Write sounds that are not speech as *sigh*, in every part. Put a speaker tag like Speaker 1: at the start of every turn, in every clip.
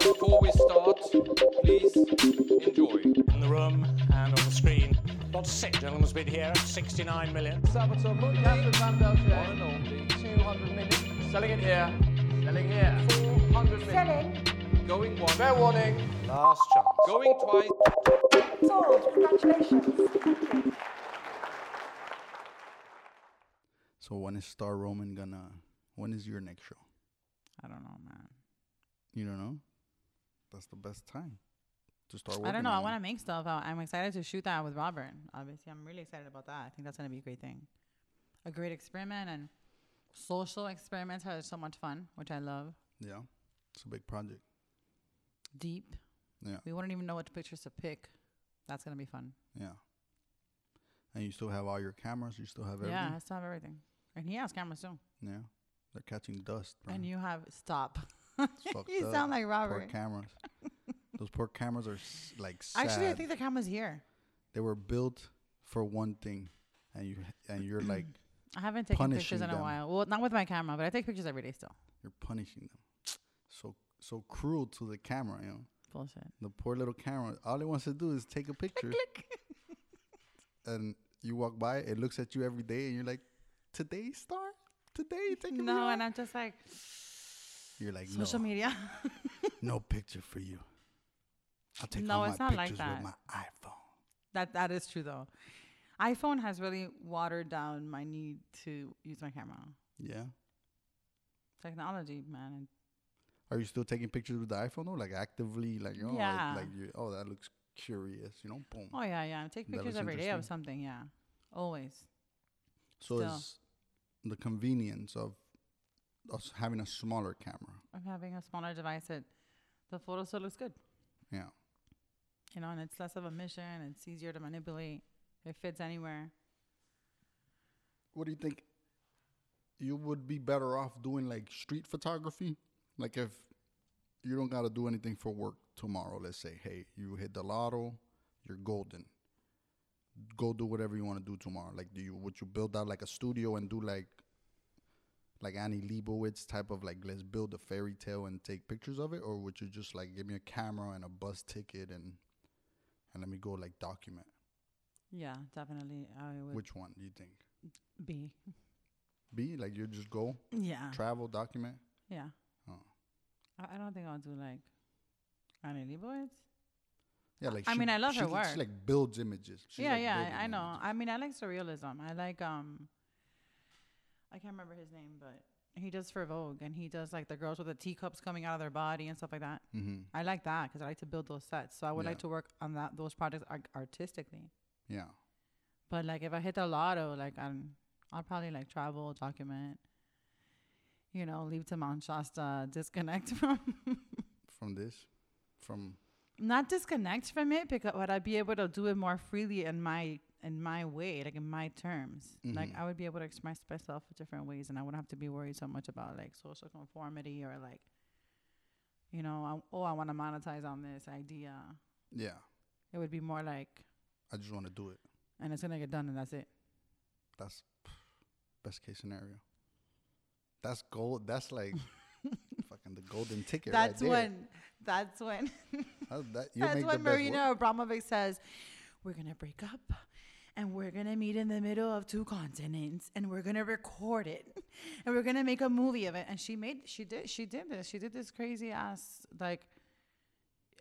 Speaker 1: Before we start, please enjoy.
Speaker 2: in the room and on the screen. Lot sick gentlemen's bid here, 69 million.
Speaker 3: Sabaton, Catherine Van Belt, 200 million. Selling it here. Selling here. 400 million.
Speaker 4: Selling,
Speaker 1: Going once,
Speaker 3: Fair warning. Last chance.
Speaker 1: going twice.
Speaker 4: sold, congratulations.
Speaker 5: So when is Star Roman gonna? When is your next show?
Speaker 6: I don't know, man.
Speaker 5: You don't know. That's the best time to start.
Speaker 6: I don't
Speaker 5: working
Speaker 6: know. I
Speaker 5: on it.
Speaker 6: want to make stuff. I- I'm excited to shoot that with Robert. Obviously, I'm really excited about that. I think that's going to be a great thing, a great experiment, and social experiments are so much fun, which I love.
Speaker 5: Yeah, it's a big project.
Speaker 6: Deep.
Speaker 5: Yeah,
Speaker 6: We wouldn't even know what pictures to pick. That's going to be fun.
Speaker 5: yeah. And you still have all your cameras. You still have everything.
Speaker 6: Yeah, I still have everything, and he has cameras too.
Speaker 5: Yeah. They're catching dust. Bro.
Speaker 6: *laughs* And you have stop. *laughs*
Speaker 5: It's fucked
Speaker 6: you
Speaker 5: up.
Speaker 6: sound like
Speaker 5: Poor
Speaker 6: Robert. *laughs*
Speaker 5: cameras. Those poor cameras are s- like sad.
Speaker 6: Actually, I think the camera's here.
Speaker 5: they were built for one thing, and you and you're
Speaker 6: *clears throat*
Speaker 5: like
Speaker 6: I haven't taken pictures
Speaker 5: Punishing
Speaker 6: in a
Speaker 5: them.
Speaker 6: while. Well, not with my camera, but I take pictures every day still.
Speaker 5: you're punishing them. So so cruel to the camera. You know
Speaker 6: Bullshit.
Speaker 5: the poor little camera. All it wants to do is take a picture. and you walk by, it looks at you every day, and you're like, "Today, star, today, take a
Speaker 6: No,
Speaker 5: no."
Speaker 6: and I'm just like
Speaker 5: You're like, "No,
Speaker 6: social media.
Speaker 5: no picture for you. I'll take
Speaker 6: No,
Speaker 5: all
Speaker 6: it's
Speaker 5: my
Speaker 6: not like
Speaker 5: pictures
Speaker 6: that.
Speaker 5: with my iPhone."
Speaker 6: That that is true though. iPhone has really watered down my need to use my camera.
Speaker 5: Yeah.
Speaker 6: Technology, man.
Speaker 5: Are you still taking pictures with the iPhone or like actively like oh
Speaker 6: Yeah.
Speaker 5: like, like you, oh that looks curious you know boom
Speaker 6: Oh yeah, yeah. I take
Speaker 5: That
Speaker 6: pictures
Speaker 5: looks
Speaker 6: every day of
Speaker 5: interesting.
Speaker 6: something. Yeah, always.
Speaker 5: so
Speaker 6: still.
Speaker 5: it's the convenience of us having a smaller camera
Speaker 6: I'm having a smaller device. It the photo still looks good,
Speaker 5: yeah
Speaker 6: you know, and it's less of a mission. It's easier to manipulate. It fits anywhere.
Speaker 5: what do you think you would be better off doing like street photography like if you don't got to do anything for work tomorrow let's say hey you hit the lotto you're golden go do whatever you want to do tomorrow like do you would you build out like a studio and do like like Annie Leibovitz type of like let's build a fairy tale and take pictures of it or would you just like give me a camera and a bus ticket and and let me go like document
Speaker 6: Yeah, definitely. I would
Speaker 5: which one do you think
Speaker 6: be.
Speaker 5: B like you just go
Speaker 6: Yeah.
Speaker 5: travel document
Speaker 6: yeah.
Speaker 5: Oh.
Speaker 6: I, I don't think I'll do like Annie Leibovitz.
Speaker 5: Yeah, like
Speaker 6: I
Speaker 5: she-
Speaker 6: mean, I love
Speaker 5: she,
Speaker 6: her
Speaker 5: like-
Speaker 6: work.
Speaker 5: She like builds images. She's,
Speaker 6: yeah,
Speaker 5: like,
Speaker 6: yeah,
Speaker 5: building
Speaker 6: I, I know.
Speaker 5: images.
Speaker 6: I mean, I like surrealism. I like um, I can't remember his name, but he does for Vogue, and he does like the girls with the teacups coming out of their body and stuff like that.
Speaker 5: Mhm.
Speaker 6: I like that because I like to build those sets. So I would like
Speaker 5: Yeah.
Speaker 6: to work on that those projects ar- artistically.
Speaker 5: Mm-hmm. Yeah,
Speaker 6: But like if I hit the lotto, like I'm, I'll probably like travel, document. You know, leave to Mount Shasta, *laughs* disconnect from,
Speaker 5: from this, from
Speaker 6: not disconnect from it, because but I'd be able to do it more freely in my in my way, like in my terms. Like
Speaker 5: Mhm.
Speaker 6: I would be able to express myself in different ways, and I wouldn't have to be worried so much about like social conformity or like, you know, I, oh, I want to monetize on this idea.
Speaker 5: yeah.
Speaker 6: It would be more like,
Speaker 5: I just want to do it.
Speaker 6: and it's gonna get done, and that's it.
Speaker 5: That's best case scenario. That's gold. That's
Speaker 6: *laughs*
Speaker 5: like fucking the golden ticket. right
Speaker 6: that's
Speaker 5: there.
Speaker 6: when. That's when. *laughs*
Speaker 5: That, that, you
Speaker 6: that's
Speaker 5: make
Speaker 6: when
Speaker 5: the best work.
Speaker 6: Marina Abramovic says, "We're gonna break up." And we're gonna meet in the middle of two continents, and we're gonna record it, *laughs* and we're gonna make a movie of it. And she made, she did, she did this, she did this crazy ass like,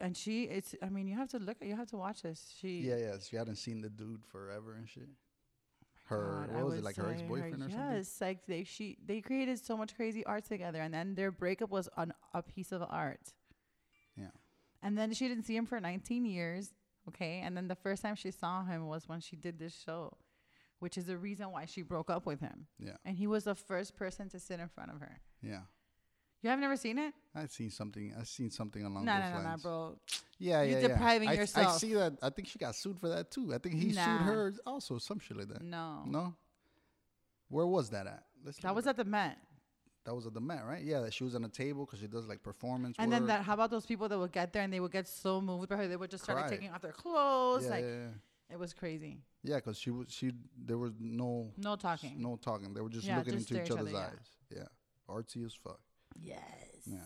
Speaker 6: and she, it's, I mean, you have to look, you have to watch this. She,
Speaker 5: Yeah, yeah. She hadn't seen the dude forever and shit. Her,
Speaker 6: Oh God, I
Speaker 5: what was it
Speaker 6: would
Speaker 5: like?
Speaker 6: say
Speaker 5: Her ex boyfriend or something.
Speaker 6: Yes, like they she they created so much crazy art together, and then their breakup was on a piece of art.
Speaker 5: Yeah.
Speaker 6: And then she didn't see him for 19 years. Okay. And then the first time she saw him was when she did this show, which is the reason why she broke up with him.
Speaker 5: Yeah,
Speaker 6: And he was the first person to sit in front of her.
Speaker 5: yeah.
Speaker 6: You have never seen it?
Speaker 5: I've seen something. I've seen something
Speaker 6: No,
Speaker 5: along
Speaker 6: no,
Speaker 5: those
Speaker 6: no, no,
Speaker 5: lines.
Speaker 6: bro.
Speaker 5: Yeah,
Speaker 6: You're
Speaker 5: yeah, yeah.
Speaker 6: depriving
Speaker 5: I, I
Speaker 6: yourself.
Speaker 5: see that. I think she got sued for that too. I think he sued
Speaker 6: Nah.
Speaker 5: her also. Some shit like that.
Speaker 6: No.
Speaker 5: No. Where was that at? Let's
Speaker 6: That
Speaker 5: look
Speaker 6: was
Speaker 5: it
Speaker 6: at the Met.
Speaker 5: up. that was at the Met, right? Yeah, that she was on a table because she does like performance.
Speaker 6: And then
Speaker 5: work.
Speaker 6: that, how about those people that would get there and they would get so moved by her, they would just start
Speaker 5: Cry.
Speaker 6: like, taking off their clothes.
Speaker 5: yeah,
Speaker 6: like,
Speaker 5: yeah, yeah.
Speaker 6: it was crazy.
Speaker 5: yeah, because she was she there was no
Speaker 6: No
Speaker 5: s-
Speaker 6: talking.
Speaker 5: no talking. They were just
Speaker 6: Yeah,
Speaker 5: looking
Speaker 6: just
Speaker 5: into
Speaker 6: stare
Speaker 5: each
Speaker 6: each other,
Speaker 5: other's
Speaker 6: yeah.
Speaker 5: eyes. Yeah, artsy as fuck.
Speaker 6: Yes.
Speaker 5: Yeah.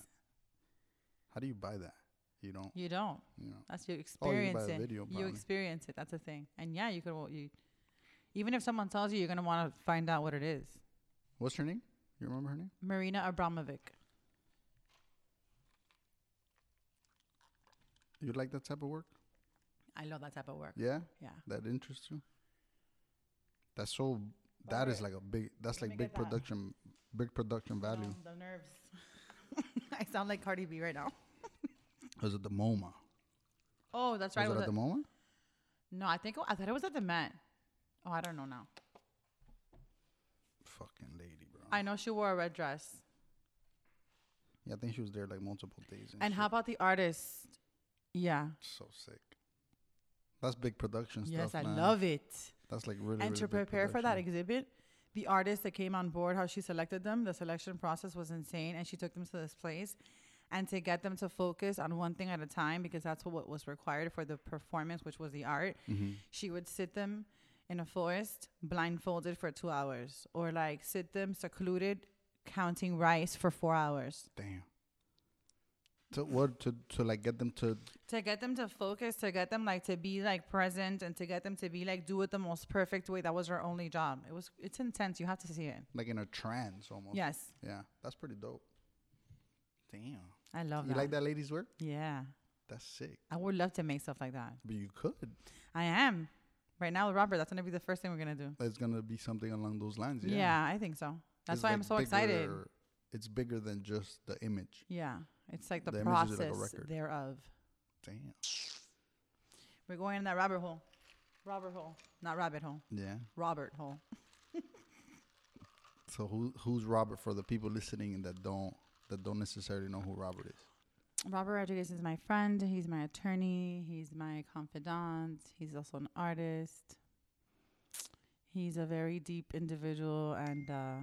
Speaker 5: How do you buy that? You don't.
Speaker 6: You don't.
Speaker 5: Oh, You know.
Speaker 6: That's you
Speaker 5: buy the
Speaker 6: experience it.
Speaker 5: video,
Speaker 6: you
Speaker 5: probably.
Speaker 6: experience it. That's the thing. And yeah, you could. wa- You, even if someone tells you, you're gonna want to find out what it is.
Speaker 5: What's her name? You remember her name?
Speaker 6: Marina Abramovic.
Speaker 5: You like that type of work?
Speaker 6: I love that type of work.
Speaker 5: Yeah.
Speaker 6: Yeah.
Speaker 5: That interests you? That's so. That is like a big. That's
Speaker 6: Let
Speaker 5: like
Speaker 6: me
Speaker 5: big
Speaker 6: get that.
Speaker 5: production. Big production value.
Speaker 6: Oh, the nerves. *laughs* I sound like Cardi B right now.
Speaker 5: Was it the MoMA?
Speaker 6: Oh, that's right.
Speaker 5: Was it at
Speaker 6: it was at-
Speaker 5: the MoMA?
Speaker 6: no, I think it wa- I thought it was at the Met. Oh, I don't know now.
Speaker 5: Fucking lady, bro.
Speaker 6: I know she wore a red dress.
Speaker 5: yeah, I think she was there like multiple days. And,
Speaker 6: And how
Speaker 5: shit.
Speaker 6: about the artist? Yeah.
Speaker 5: So sick. That's big production
Speaker 6: Yes,
Speaker 5: stuff.
Speaker 6: I love it.
Speaker 5: That's like really.
Speaker 6: and
Speaker 5: really
Speaker 6: to
Speaker 5: big
Speaker 6: prepare for that
Speaker 5: production.
Speaker 6: exhibit the artist that came on board how she selected them the selection process was insane and she took them to this place and to get them to focus on one thing at a time because that's what was required for the performance which was the art she would sit them in a forest blindfolded for two hours or like sit them secluded counting rice for four hours
Speaker 5: Damn. To what to to like get them to
Speaker 6: to get them to focus to get them like to be like present and to get them to be like do it the most perfect way that was her only job it was it's intense you have to see it
Speaker 5: like in a trance almost.
Speaker 6: yes
Speaker 5: Yeah, that's pretty dope. Damn. You
Speaker 6: I love that.
Speaker 5: like that lady's work?
Speaker 6: Yeah.
Speaker 5: That's sick.
Speaker 6: I would love to make stuff like that.
Speaker 5: But you could.
Speaker 6: I am. Right now with Robert, that's gonna be the first thing we're gonna do.
Speaker 5: There's gonna be something along those lines. Yeah.
Speaker 6: Yeah, I think so. That's
Speaker 5: It's,
Speaker 6: why
Speaker 5: like,
Speaker 6: I'm so excited.
Speaker 5: bigger- It's bigger than just the image.
Speaker 6: Yeah. It's like the,
Speaker 5: The image is
Speaker 6: process
Speaker 5: like a record.
Speaker 6: thereof.
Speaker 5: Damn.
Speaker 6: We're going in that rabbit hole. Robert hole. Not rabbit hole.
Speaker 5: Yeah.
Speaker 6: Robert hole.
Speaker 5: So who who's Robert for the people listening and that don't that don't necessarily know who Robert is?
Speaker 6: Robert Rodriguez is my friend. He's my attorney. He's my confidant. He's also an artist. He's a very deep individual, and uh,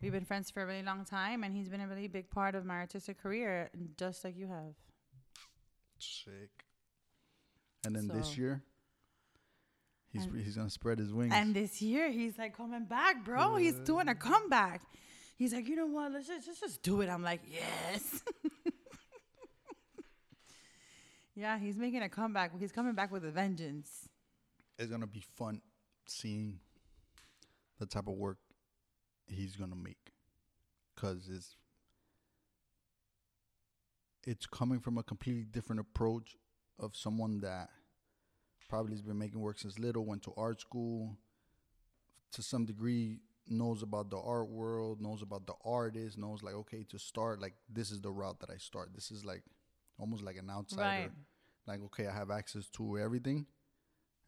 Speaker 6: we've been friends for a really long time. And he's been a really big part of my artistic career, just like you have.
Speaker 5: Sick. And then
Speaker 6: So-
Speaker 5: this year, he's
Speaker 6: And-
Speaker 5: he's gonna spread his wings.
Speaker 6: And this year, he's like coming back, bro. He's doing a comeback. He's like, you know what? Let's just let's just do it. I'm like, yes. *laughs* yeah, he's making a comeback. He's coming back with a vengeance.
Speaker 5: it's gonna be fun seeing the type of work he's gonna make, cause it's it's coming from a completely different approach of someone that probably has been making work since little, went to art school, to some degree knows about the art world, knows about the artist, knows like okay to start like this is the route that I start. This is like almost like an outsider.
Speaker 6: Right.
Speaker 5: Like okay, I have access to everything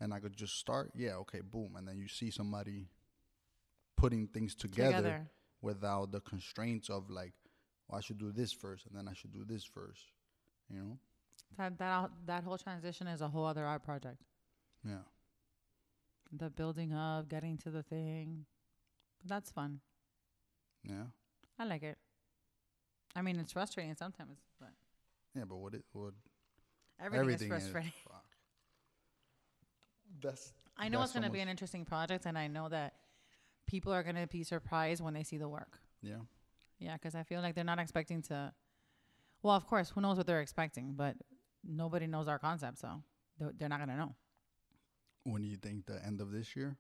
Speaker 5: and I could just start. Yeah, okay, boom. And then you see somebody putting things together,
Speaker 6: Together.
Speaker 5: without the constraints of like, well, I should do this first and then I should do this first. You know?
Speaker 6: That that al- that whole transition is a whole other art project.
Speaker 5: Yeah.
Speaker 6: The building of getting to the thing. But that's fun.
Speaker 5: Yeah.
Speaker 6: I like it. I mean, it's frustrating sometimes, but
Speaker 5: Yeah, but what it what
Speaker 6: everything,
Speaker 5: everything
Speaker 6: is frustrating.
Speaker 5: *laughs* fuck. That's
Speaker 6: I know
Speaker 5: that's
Speaker 6: it's going to
Speaker 5: so
Speaker 6: be an
Speaker 5: much-
Speaker 6: interesting project, and I know that people are going to be surprised when they see the work.
Speaker 5: Yeah.
Speaker 6: Yeah, because I feel like they're not expecting to. Well, of course, who knows what they're expecting, but nobody knows our concept, so they're they're not going to know.
Speaker 5: When do you think the end of this year?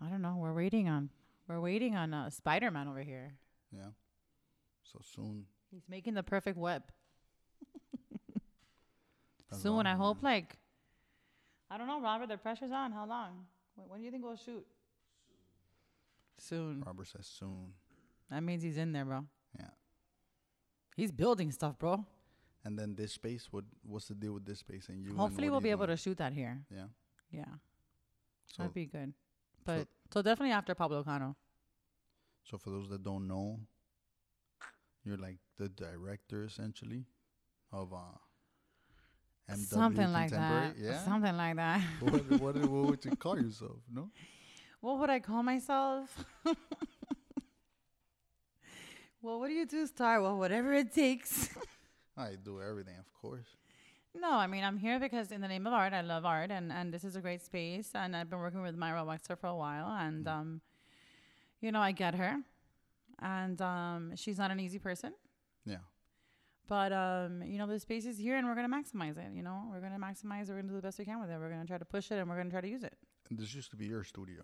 Speaker 6: I don't know. We're waiting on. We're waiting on uh, Spider Man over here.
Speaker 5: Yeah. So soon.
Speaker 6: He's making the perfect web.
Speaker 5: That's
Speaker 6: Soon,
Speaker 5: all,
Speaker 6: I hope. Like, I don't know, Robert. The pressure's on. How long? When, when do you think we'll shoot? Soon.
Speaker 5: Robert says soon.
Speaker 6: That means he's in there, bro.
Speaker 5: Yeah.
Speaker 6: He's building stuff, bro.
Speaker 5: And then this space, what what's the deal with this space and you? and
Speaker 6: Hopefully, we'll
Speaker 5: what do
Speaker 6: be
Speaker 5: you
Speaker 6: able to
Speaker 5: think?
Speaker 6: shoot that here.
Speaker 5: Yeah.
Speaker 6: *laughs* Yeah,
Speaker 5: So
Speaker 6: that'd be good. But so, definitely after Pablo Cano.
Speaker 5: So for those that don't know, you're like the director essentially of uh MW
Speaker 6: Something like
Speaker 5: Contemporary?
Speaker 6: that. Something like that. *laughs*
Speaker 5: Yeah. *laughs* what, what, what would you call yourself? No.
Speaker 6: What would I call myself? *laughs* well, what do you do, Star? Well, whatever it takes. *laughs*
Speaker 5: I do everything, of course.
Speaker 6: no, I mean I'm here because in the name of art, I love art, and and this is a great space, and I've been working with Myra Wexler for a while, and
Speaker 5: Mm-hmm.
Speaker 6: um, you know I get her, and um, she's not an easy person.
Speaker 5: Yeah.
Speaker 6: But um, you know, the space is here, and we're gonna maximize it. You know, we're gonna maximize. We're gonna do the best we can with it. We're gonna try to push it, and we're gonna try to use it.
Speaker 5: And this used to be your studio,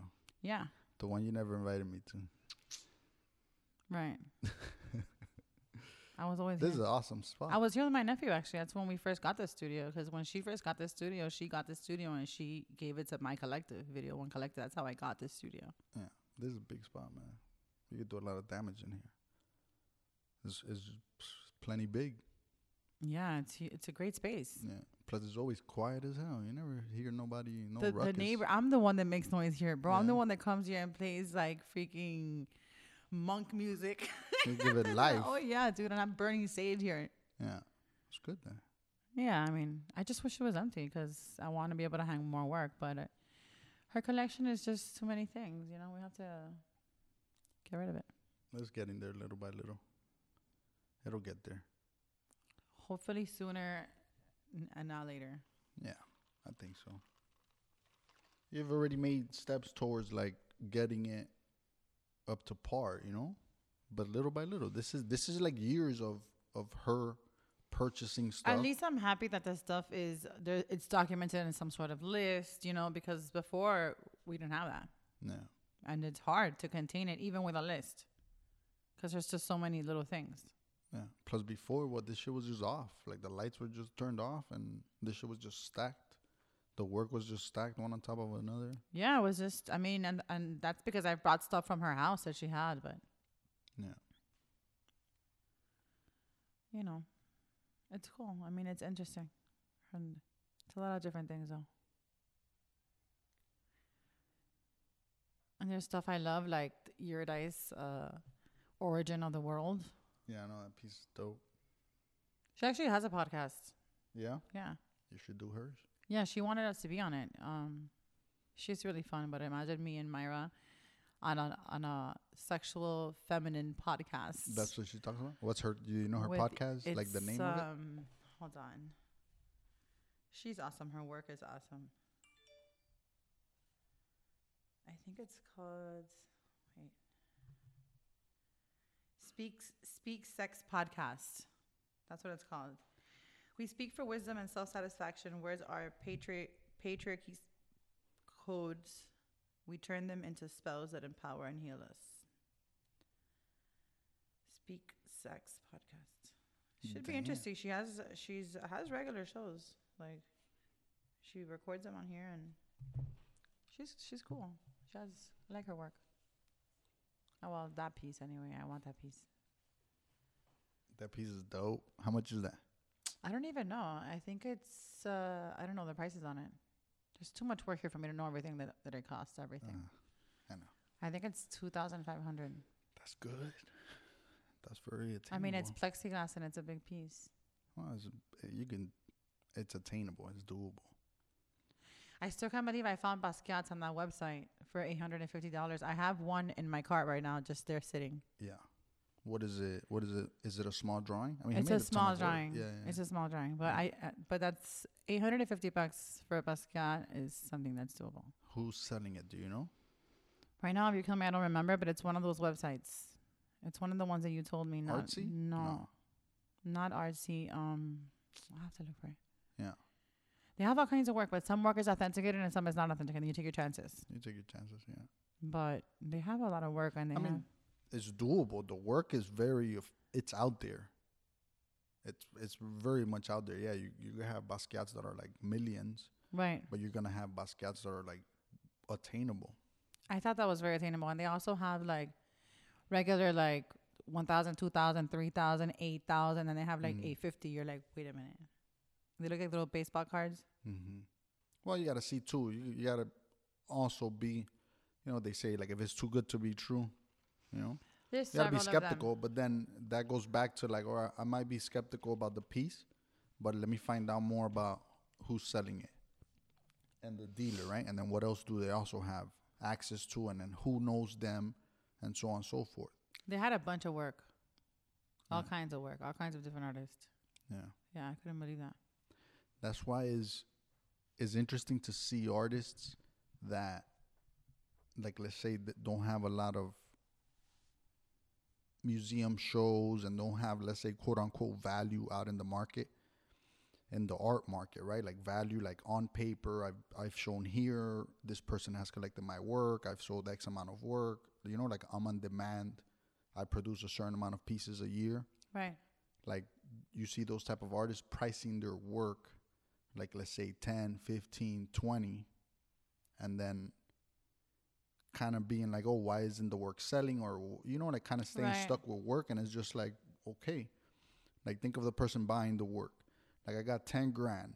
Speaker 6: Yeah,
Speaker 5: the one you never invited me to.
Speaker 6: right. I was always.
Speaker 5: This is
Speaker 6: here.
Speaker 5: an awesome spot.
Speaker 6: I was here with my nephew actually. That's when we first got the studio. Because when she first got the studio, she got the studio and she gave it to my collective, Video One Collective. That's how I got the studio.
Speaker 5: yeah, this is a big spot, man. You could do a lot of damage in here. It's, it's plenty big.
Speaker 6: Yeah, it's hu- it's a great space.
Speaker 5: Yeah. Plus, it's always quiet as hell. You never hear nobody, no
Speaker 6: the, the
Speaker 5: ruckus.
Speaker 6: neighbor, I'm the one that makes noise here, bro. I'm the
Speaker 5: Yeah.
Speaker 6: one that comes here and plays like freaking monk music. *laughs*
Speaker 5: You give it
Speaker 6: And I-
Speaker 5: life.
Speaker 6: oh yeah, dude, and I'm burning sage here.
Speaker 5: Yeah, it's good then.
Speaker 6: Yeah, I mean, I just wish it was empty 'cause I want to be able to hang more work, but uh, her collection is just too many things. You know, we have to get rid of it.
Speaker 5: Let's get in there little by little. It'll get there.
Speaker 6: Hopefully sooner n- and not later.
Speaker 5: Yeah, I think so. You've already made steps towards like getting it up to par, you know? But little by little. This is this is like years of of her purchasing stuff.
Speaker 6: At least I'm happy that the stuff is there. It's documented in some sort of list, you know, because before we didn't have that.
Speaker 5: Yeah.
Speaker 6: and it's hard to contain it even with a list because there's just so many little things
Speaker 5: Yeah. Plus before what this shit was just off. Like the lights were just turned off and this shit was just stacked. The work was just stacked one on top of another.
Speaker 6: yeah it was just i mean and and that's because i brought stuff from her house that she had but
Speaker 5: Yeah.
Speaker 6: you know it's cool i mean it's interesting and it's a lot of different things though and there's stuff i love like Eurydice, uh origin of the world
Speaker 5: Yeah, I know that piece is dope.
Speaker 6: she actually has a podcast
Speaker 5: Yeah.
Speaker 6: yeah
Speaker 5: You should do hers.
Speaker 6: Yeah, she wanted us to be on it. Um, she's really fun, but imagine me and Myra on a on a sexual feminine podcast.
Speaker 5: That's what she talks about? What's her do you know her
Speaker 6: with-
Speaker 5: podcast? Like the
Speaker 6: it's,
Speaker 5: name of it?
Speaker 6: um, Hold on. She's awesome. Her work is awesome. I think it's called. Wait. Speaks Speak Sex Podcast. That's what it's called. We speak for wisdom and self satisfaction. Words are patri- patriarchy codes. We turn them into spells that empower and heal us. Speak Sex Podcast. Should be
Speaker 5: Damn.
Speaker 6: interesting. She has she's has regular shows. Like she records them on here and she's she's cool. She has I like her work. Oh well that piece anyway. I want that piece.
Speaker 5: That piece is dope. How much is that?
Speaker 6: I don't even know. I think it's uh I don't know the prices on it. There's too much work here for me to know everything that, that it costs, everything.
Speaker 5: I know.
Speaker 6: I think it's two thousand five hundred.
Speaker 5: That's good. That's very attainable.
Speaker 6: I mean it's plexiglass and it's a big piece.
Speaker 5: well, it's, eh, you can. It's attainable. It's doable.
Speaker 6: I still can't believe I found Basquiat's on that website for eight hundred and fifty dollars. I have one in my cart right now, just there sitting.
Speaker 5: Yeah. What is it? What is it? Is it a small drawing? I mean, he
Speaker 6: it's
Speaker 5: made
Speaker 6: a
Speaker 5: ton
Speaker 6: small
Speaker 5: of work.
Speaker 6: drawing.
Speaker 5: Yeah, yeah.
Speaker 6: It's a small drawing, but I uh, but that's 850 bucks for a Basquiat is something that's doable.
Speaker 5: Who's selling it? Do you know?
Speaker 6: Right now, if you tell me, I don't remember, but it's one of those websites. It's one of the ones that you told me not.
Speaker 5: Artsy?
Speaker 6: No, not artsy. Um, I have to look for it.
Speaker 5: Yeah.
Speaker 6: They have all kinds of work, but some work is authenticated and some is not authenticated. You take your chances,
Speaker 5: You take your chances. Yeah.
Speaker 6: but they have a lot of work and they
Speaker 5: I
Speaker 6: have.
Speaker 5: mean, it's doable. The work is very. of- It's out there. It's it's very much out there. Yeah. You you have Basquiat's that are like millions,
Speaker 6: right.
Speaker 5: but you're gonna have Basquiat's that are like attainable.
Speaker 6: I thought that was very attainable. And they also have like regular like 1,000, 2,000, 3,000, 8,000, and they have
Speaker 5: Mm.
Speaker 6: like 850. You're like, wait a minute. They look like little baseball cards.
Speaker 5: Mm-hmm. Well, you got to see too. You, you got to also be, you know, they say like if it's too good to be true, you know,
Speaker 6: There's
Speaker 5: you got to
Speaker 6: several
Speaker 5: be skeptical.
Speaker 6: of
Speaker 5: But then that goes back to like, or I might be skeptical about the piece, but let me find out more about who's selling it and the dealer, right? And then what else do they also have access to, and then who knows them, and so on and so forth.
Speaker 6: them. They had a bunch of work,
Speaker 5: Mm.
Speaker 6: all kinds of work, all kinds of different artists.
Speaker 5: Yeah.
Speaker 6: Yeah, I couldn't believe that.
Speaker 5: that's why is it's interesting to see artists that like let's say that don't have a lot of museum shows and don't have let's say quote unquote value out in the market in the art market right like value like on paper i've i've shown here this person has collected my work i've sold x amount of work you know like i'm on demand i produce a certain amount of pieces a year
Speaker 6: Right.
Speaker 5: like you see those type of artists pricing their work like let's say 10 15 20 and then kind of being like oh why isn't the work selling or you know like kind of staying
Speaker 6: Right.
Speaker 5: stuck with work and it's just like okay like think of the person buying the work like i got 10 grand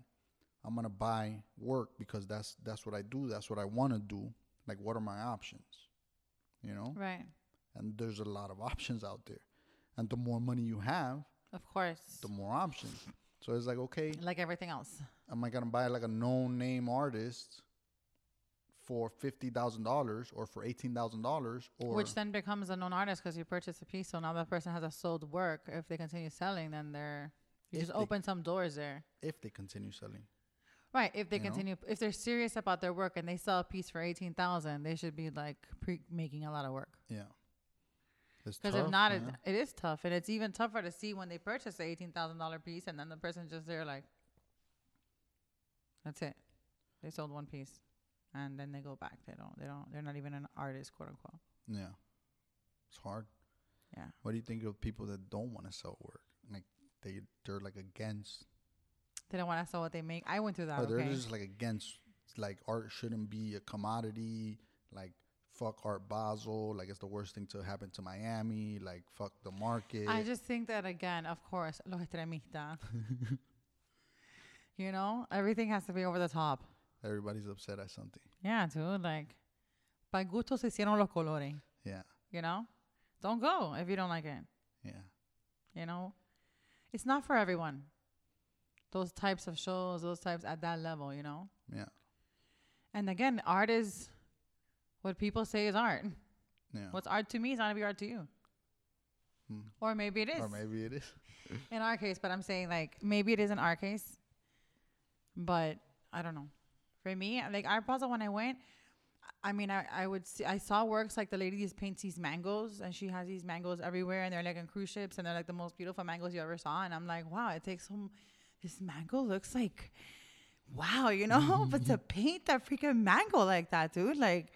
Speaker 5: i'm gonna buy work because that's that's what i do that's what i want to do like what are my options you know
Speaker 6: Right.
Speaker 5: and there's a lot of options out there and the more money you have
Speaker 6: Of course.
Speaker 5: the more options. So it's like, okay,
Speaker 6: Like everything else.
Speaker 5: am I gonna buy like a known name artist for fifty thousand dollars or for eighteen thousand dollars or
Speaker 6: Which then becomes a known artist because you purchased a piece. So now that person has a sold work. If they continue selling, then they're. You
Speaker 5: If
Speaker 6: just
Speaker 5: they-
Speaker 6: open some doors there.
Speaker 5: if they continue selling?
Speaker 6: Right. If they
Speaker 5: You know?
Speaker 6: continue, if they're serious about their work and they sell a piece for 18000 they should be like pre- making a lot of work.
Speaker 5: Yeah, It's
Speaker 6: Because if
Speaker 5: tough,
Speaker 6: not,
Speaker 5: man.
Speaker 6: it, it is tough. And it's even tougher to see when they purchase the $18,000 piece and then the person's just there like, that's it. They sold one piece. And then they go back. They don't, they don't, they're not even an artist, quote unquote.
Speaker 5: yeah, it's hard.
Speaker 6: Yeah.
Speaker 5: What do you think of people that don't want to sell work? Like they they're like against,
Speaker 6: They don't want to sell what they make. I went through that.
Speaker 5: or Oh, they're
Speaker 6: okay.
Speaker 5: just like against, like art shouldn't be a commodity, like. Fuck Art Basel, like it's the worst thing to happen to Miami. Like fuck the market.
Speaker 6: I just think that again, of course, los
Speaker 5: *laughs*
Speaker 6: extremistas. you know, everything has to be over the top.
Speaker 5: Everybody's upset at something.
Speaker 6: Yeah, dude. Like, by gusto se hicieron los colores.
Speaker 5: Yeah,
Speaker 6: You know, don't go if you don't like it.
Speaker 5: yeah,
Speaker 6: You know, it's not for everyone. Those types of shows, those types at that level, you know.
Speaker 5: yeah,
Speaker 6: And again, art is what people say is art.
Speaker 5: yeah.
Speaker 6: What's art to me is not gonna be art to you.
Speaker 5: Hmm.
Speaker 6: Or maybe it is.
Speaker 5: or maybe it is.
Speaker 6: in our case, but I'm saying like maybe it is in our case, but I don't know. For me, like our puzzle when I went, I mean, I, I would see I saw works like the lady just paints these mangoes and she has these mangoes everywhere and they're like on cruise ships and they're like the most beautiful mangoes you ever saw and I'm like, wow, it takes some. This mango looks like, wow, you know, *laughs* but to paint that freaking mango like that, dude, like,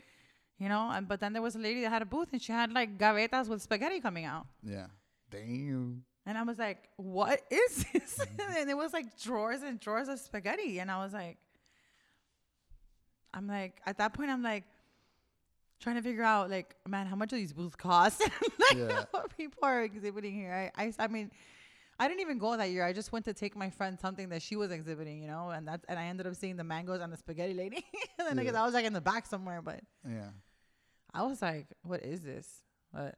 Speaker 6: you know. And but then there was a lady that had a booth and she had like gavetas with spaghetti coming out.
Speaker 5: Yeah. Damn.
Speaker 6: And I was like, what is *laughs* this?
Speaker 5: Mm-hmm.
Speaker 6: and it was like drawers and drawers of spaghetti. And I was like, I'm like, at that point, I'm like, trying to figure out, like, man, how much do these booths cost? *laughs* like,
Speaker 5: Yeah.
Speaker 6: what people are exhibiting here. I, I, I mean, I didn't even go that year. I just went to take my friend something that she was exhibiting, you know, and that's, and I ended up seeing the mangoes and the spaghetti lady. *laughs* and then I guess
Speaker 5: Yeah.
Speaker 6: I was like in the back somewhere, but
Speaker 5: Yeah.
Speaker 6: I was like, what is this? But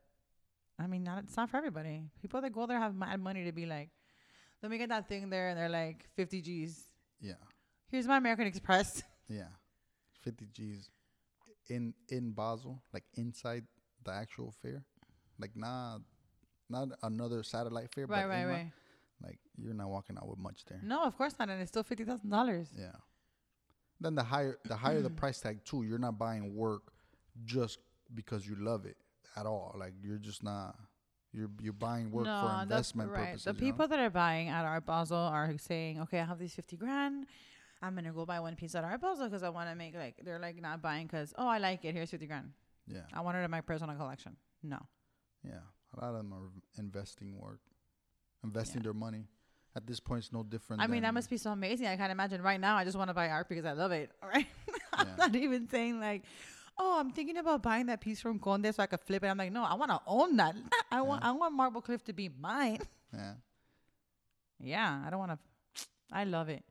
Speaker 6: I mean, not it's not for everybody. People that go there have mad money to be like, let me get that thing there, and they're like 50 G's.
Speaker 5: Yeah.
Speaker 6: Here's my American Express. *laughs*
Speaker 5: Yeah. Fifty G's in in Basel, like inside the actual fair, like not not another satellite fair,
Speaker 6: right,
Speaker 5: but
Speaker 6: right,
Speaker 5: in Ra-
Speaker 6: right.
Speaker 5: like you're not walking out with much there.
Speaker 6: No, of course not, and it's still fifty thousand dollars.
Speaker 5: Yeah. Then the higher the higher the price tag too. You're not buying work just because you love it at all. Like you're just not. You're you're buying work
Speaker 6: no,
Speaker 5: for investment
Speaker 6: that's right.
Speaker 5: purposes.
Speaker 6: The
Speaker 5: you know?
Speaker 6: people that are buying at Art Basel are saying, okay, I have these 50 grand. I'm going to go buy one piece at Art Basel because I want to make like, they're like not buying because, oh, I like it. Here's 50 grand.
Speaker 5: Yeah.
Speaker 6: I want it in my personal collection. No.
Speaker 5: Yeah, a lot of them are investing work, investing their money. At this point, it's no different.
Speaker 6: I mean, that
Speaker 5: than-
Speaker 6: must be so amazing. I can't imagine right now. I just want to buy art because I love it. *laughs* All right. I'm
Speaker 5: Yeah.
Speaker 6: not even saying like, oh, I'm thinking about buying that piece from Conde so I could flip it. I'm like, no, I want to own that. *laughs* I want, I want Marble Cliff to be mine. *laughs*
Speaker 5: Yeah,
Speaker 6: yeah, I don't want to. *sniffs* I love it.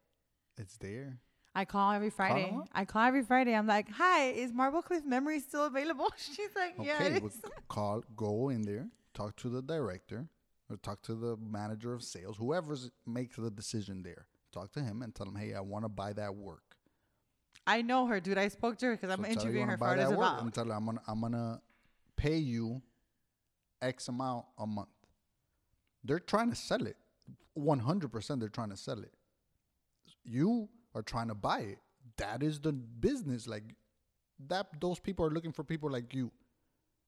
Speaker 5: it's there.
Speaker 6: I call every Friday.
Speaker 5: them up?
Speaker 6: I call every Friday. I'm like, hi, is Marble Cliff Memory still available? *laughs* She's like,
Speaker 5: Okay,
Speaker 6: yeah, it
Speaker 5: well,
Speaker 6: is. *laughs*
Speaker 5: c- call, go in there, talk to the director, or talk to the manager of sales, whoever makes the decision there. Talk to him and tell him, hey, I want to buy that work.
Speaker 6: I know her, dude. I spoke to her because I'm
Speaker 5: So tell you
Speaker 6: interviewing
Speaker 5: wanna
Speaker 6: her for
Speaker 5: buy
Speaker 6: what it's
Speaker 5: that work.
Speaker 6: about.
Speaker 5: I'm telling, I'm gonna, I'm gonna pay you X amount a month. They're trying to sell it. 100% they're trying to sell it. You are trying to buy it. That is the business. Like that, those people are looking for people like you.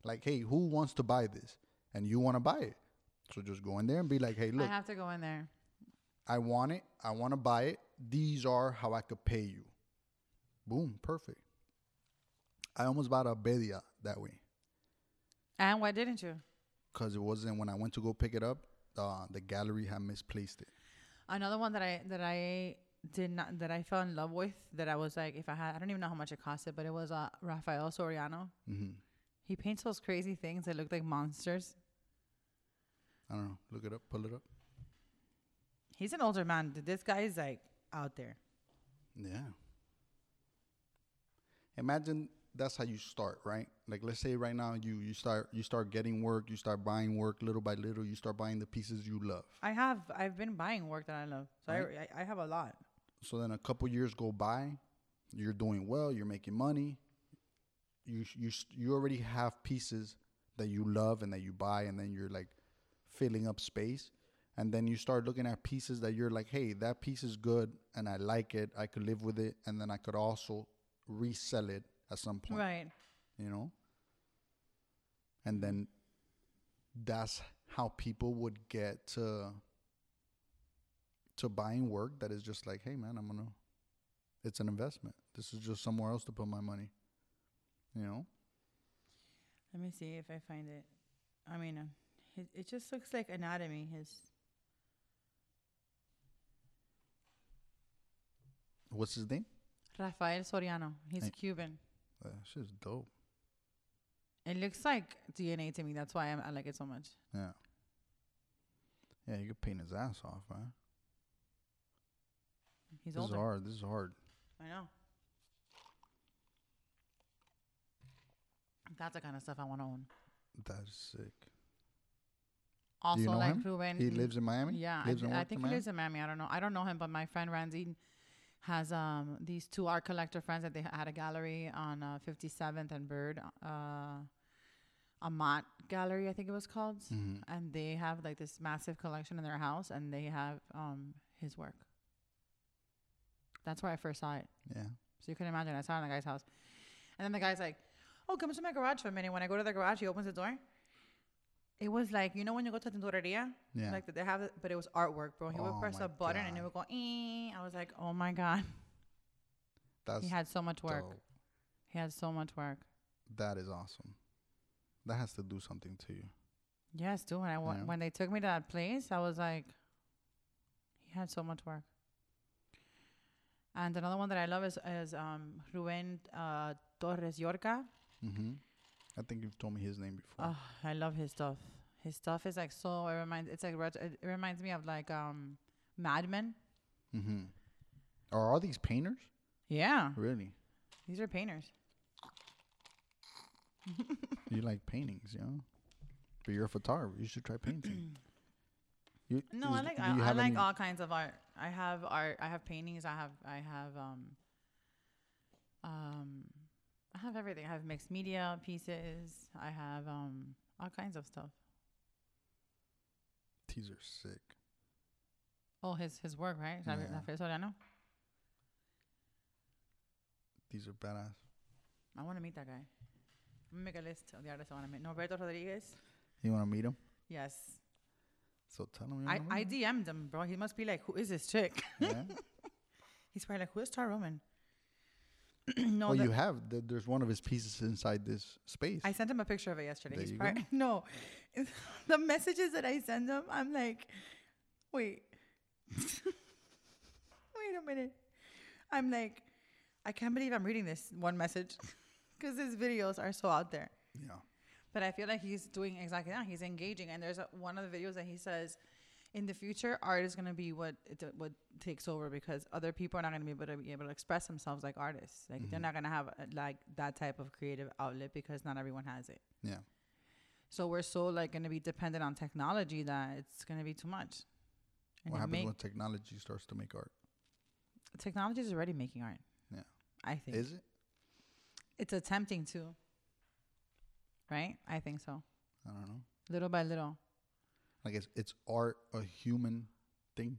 Speaker 5: Like, hey, who wants to buy this? and you want to buy it. So just go in there and be like, hey,
Speaker 6: I
Speaker 5: look,
Speaker 6: have to go in there.
Speaker 5: I want it. I want to buy it. These are how I could pay you. Boom, perfect. I almost bought a Bedia that way
Speaker 6: And why didn't you?
Speaker 5: because it wasn't when I went to go pick it up. Uh, the gallery had misplaced it.
Speaker 6: Another one that I that I did not that I fell in love with that I was like if I had I don't even know how much it costed but it was uh, Rafael Soriano. He paints those crazy things that look like monsters.
Speaker 5: I don't know. Look it up. Pull it up.
Speaker 6: He's an older man. but This guy is like out there.
Speaker 5: Yeah. Imagine that's how you start, right? Like let's say right now you you start you start getting work, you start buying work little by little, you start buying the pieces you love.
Speaker 6: I have I've been buying work that I love, so I, I I have a lot.
Speaker 5: So then a couple years go by, you're doing well, you're making money. You sh- you s- you already have pieces that you love and that you buy and then you're like filling up space and then you start looking at pieces that you're like, "Hey, that piece is good and I like it. I could live with it and then I could also resell it at some point."
Speaker 6: Right.
Speaker 5: you know and then that's how people would get to to buying work that is just like hey man i'm gonna it's an investment this is just somewhere else to put my money you know
Speaker 6: Let me see if I find it. I mean, uh, it, it just looks like anatomy. His
Speaker 5: what's his name
Speaker 6: Rafael Soriano. He's
Speaker 5: Hey.
Speaker 6: Cuban.
Speaker 5: uh, shit's dope
Speaker 6: It looks like DNA to me. That's why I'm, I like it so much.
Speaker 5: yeah yeah you could paint his ass off man
Speaker 6: He's
Speaker 5: this is
Speaker 6: older.
Speaker 5: hard this is hard
Speaker 6: I know. That's the kind of stuff I want to own.
Speaker 5: that's sick
Speaker 6: Also,
Speaker 5: do you know
Speaker 6: like
Speaker 5: him
Speaker 6: Ruben.
Speaker 5: he lives in miami
Speaker 6: Yeah, I,
Speaker 5: lives
Speaker 6: d-
Speaker 5: and
Speaker 6: I
Speaker 5: works in
Speaker 6: think he
Speaker 5: Miami?
Speaker 6: lives in Miami. I don't know. I don't know him, but my friend Randy has um these two art collector friends that they had a gallery on uh, 57th and Bird, uh, Amat Gallery, I think it was called,
Speaker 5: Mm-hmm.
Speaker 6: and they have like this massive collection in their house, and they have um his work. That's where I first saw it.
Speaker 5: Mm-hmm. yeah
Speaker 6: So you can imagine, I saw it in the guy's house. And then the guy's like, Oh, come to my garage for a minute. When I go to the garage, he opens the door. It was like, you know, when you go to the tintoreria?
Speaker 5: Yeah.
Speaker 6: Like, that they have, it, but it was artwork, bro. He
Speaker 5: Oh
Speaker 6: would press
Speaker 5: my
Speaker 6: a button and it
Speaker 5: God.
Speaker 6: would go, "Eh." I was like, Oh my God. *laughs*
Speaker 5: that's
Speaker 6: He had so much work.
Speaker 5: dope.
Speaker 6: He had so much work.
Speaker 5: That is awesome. That has to do something to you.
Speaker 6: Yes, dude. When, I wa-
Speaker 5: Yeah.
Speaker 6: when they took me to that place, I was like, he had so much work. And another one that I love is, is um, Ruben uh, Torres Yorca.
Speaker 5: Mm-hmm. I think you've told me his name before.
Speaker 6: Oh, I love his stuff. His stuff is like so. It reminds. It's like ret- it reminds me of like um, Mad Men. Uh.
Speaker 5: mm-hmm. Are all these painters
Speaker 6: Yeah,
Speaker 5: really?
Speaker 6: these are painters.
Speaker 5: you like paintings, yeah? But you're a photographer. You should try
Speaker 6: *clears throat*
Speaker 5: painting. you,
Speaker 6: No, I
Speaker 5: is-
Speaker 6: like
Speaker 5: do
Speaker 6: I,
Speaker 5: you
Speaker 6: I
Speaker 5: have
Speaker 6: like
Speaker 5: any-
Speaker 6: all kinds of art. I have art. I have paintings. I have I have um um I have everything. I have mixed media pieces. I have um all kinds of stuff.
Speaker 5: These are sick.
Speaker 6: Oh, his his work, right? Rafael
Speaker 5: Yeah.
Speaker 6: Rafael Soriano.
Speaker 5: These are badass.
Speaker 6: I want to meet that guy. I'm gonna make a list of the artists I want to meet. Norberto Rodriguez.
Speaker 5: You want to meet him?
Speaker 6: Yes.
Speaker 5: So tell him. You
Speaker 6: I,
Speaker 5: wanna
Speaker 6: I
Speaker 5: meet
Speaker 6: DM'd him, bro. He must be like, who is this chick?
Speaker 5: him. Yeah?
Speaker 6: He's probably like, who is Tara Roman? *laughs* *clears throat* no,
Speaker 5: well,
Speaker 6: the-
Speaker 5: Oh, you have. Th- there's one of his pieces inside this space.
Speaker 6: I sent him a picture of it yesterday.
Speaker 5: There
Speaker 6: He's
Speaker 5: you
Speaker 6: probably, *laughs*
Speaker 5: go.
Speaker 6: no, the messages that I send him, I'm like, wait, *laughs* wait a minute. I'm like, I can't believe I'm reading this one message *laughs* because his videos are so out there.
Speaker 5: yeah.
Speaker 6: But I feel like he's doing exactly that. He's engaging, and there's a, one of the videos that he says, in the future, art is going to be what it, t- what takes over because other people are not going to be able to be able to express themselves like artists. Like
Speaker 5: Mm-hmm.
Speaker 6: they're not going to have uh, like that type of creative outlet because not everyone has it.
Speaker 5: Yeah.
Speaker 6: So we're so like going to be dependent on technology that it's going to be too much. And
Speaker 5: What
Speaker 6: it
Speaker 5: happens
Speaker 6: make,
Speaker 5: when technology starts to make art?
Speaker 6: technology is already making art?
Speaker 5: Yeah.
Speaker 6: I think
Speaker 5: Is it?
Speaker 6: it's attempting to. Right, I think so.
Speaker 5: I don't know.
Speaker 6: Little by little.
Speaker 5: Like it's it's art a human thing,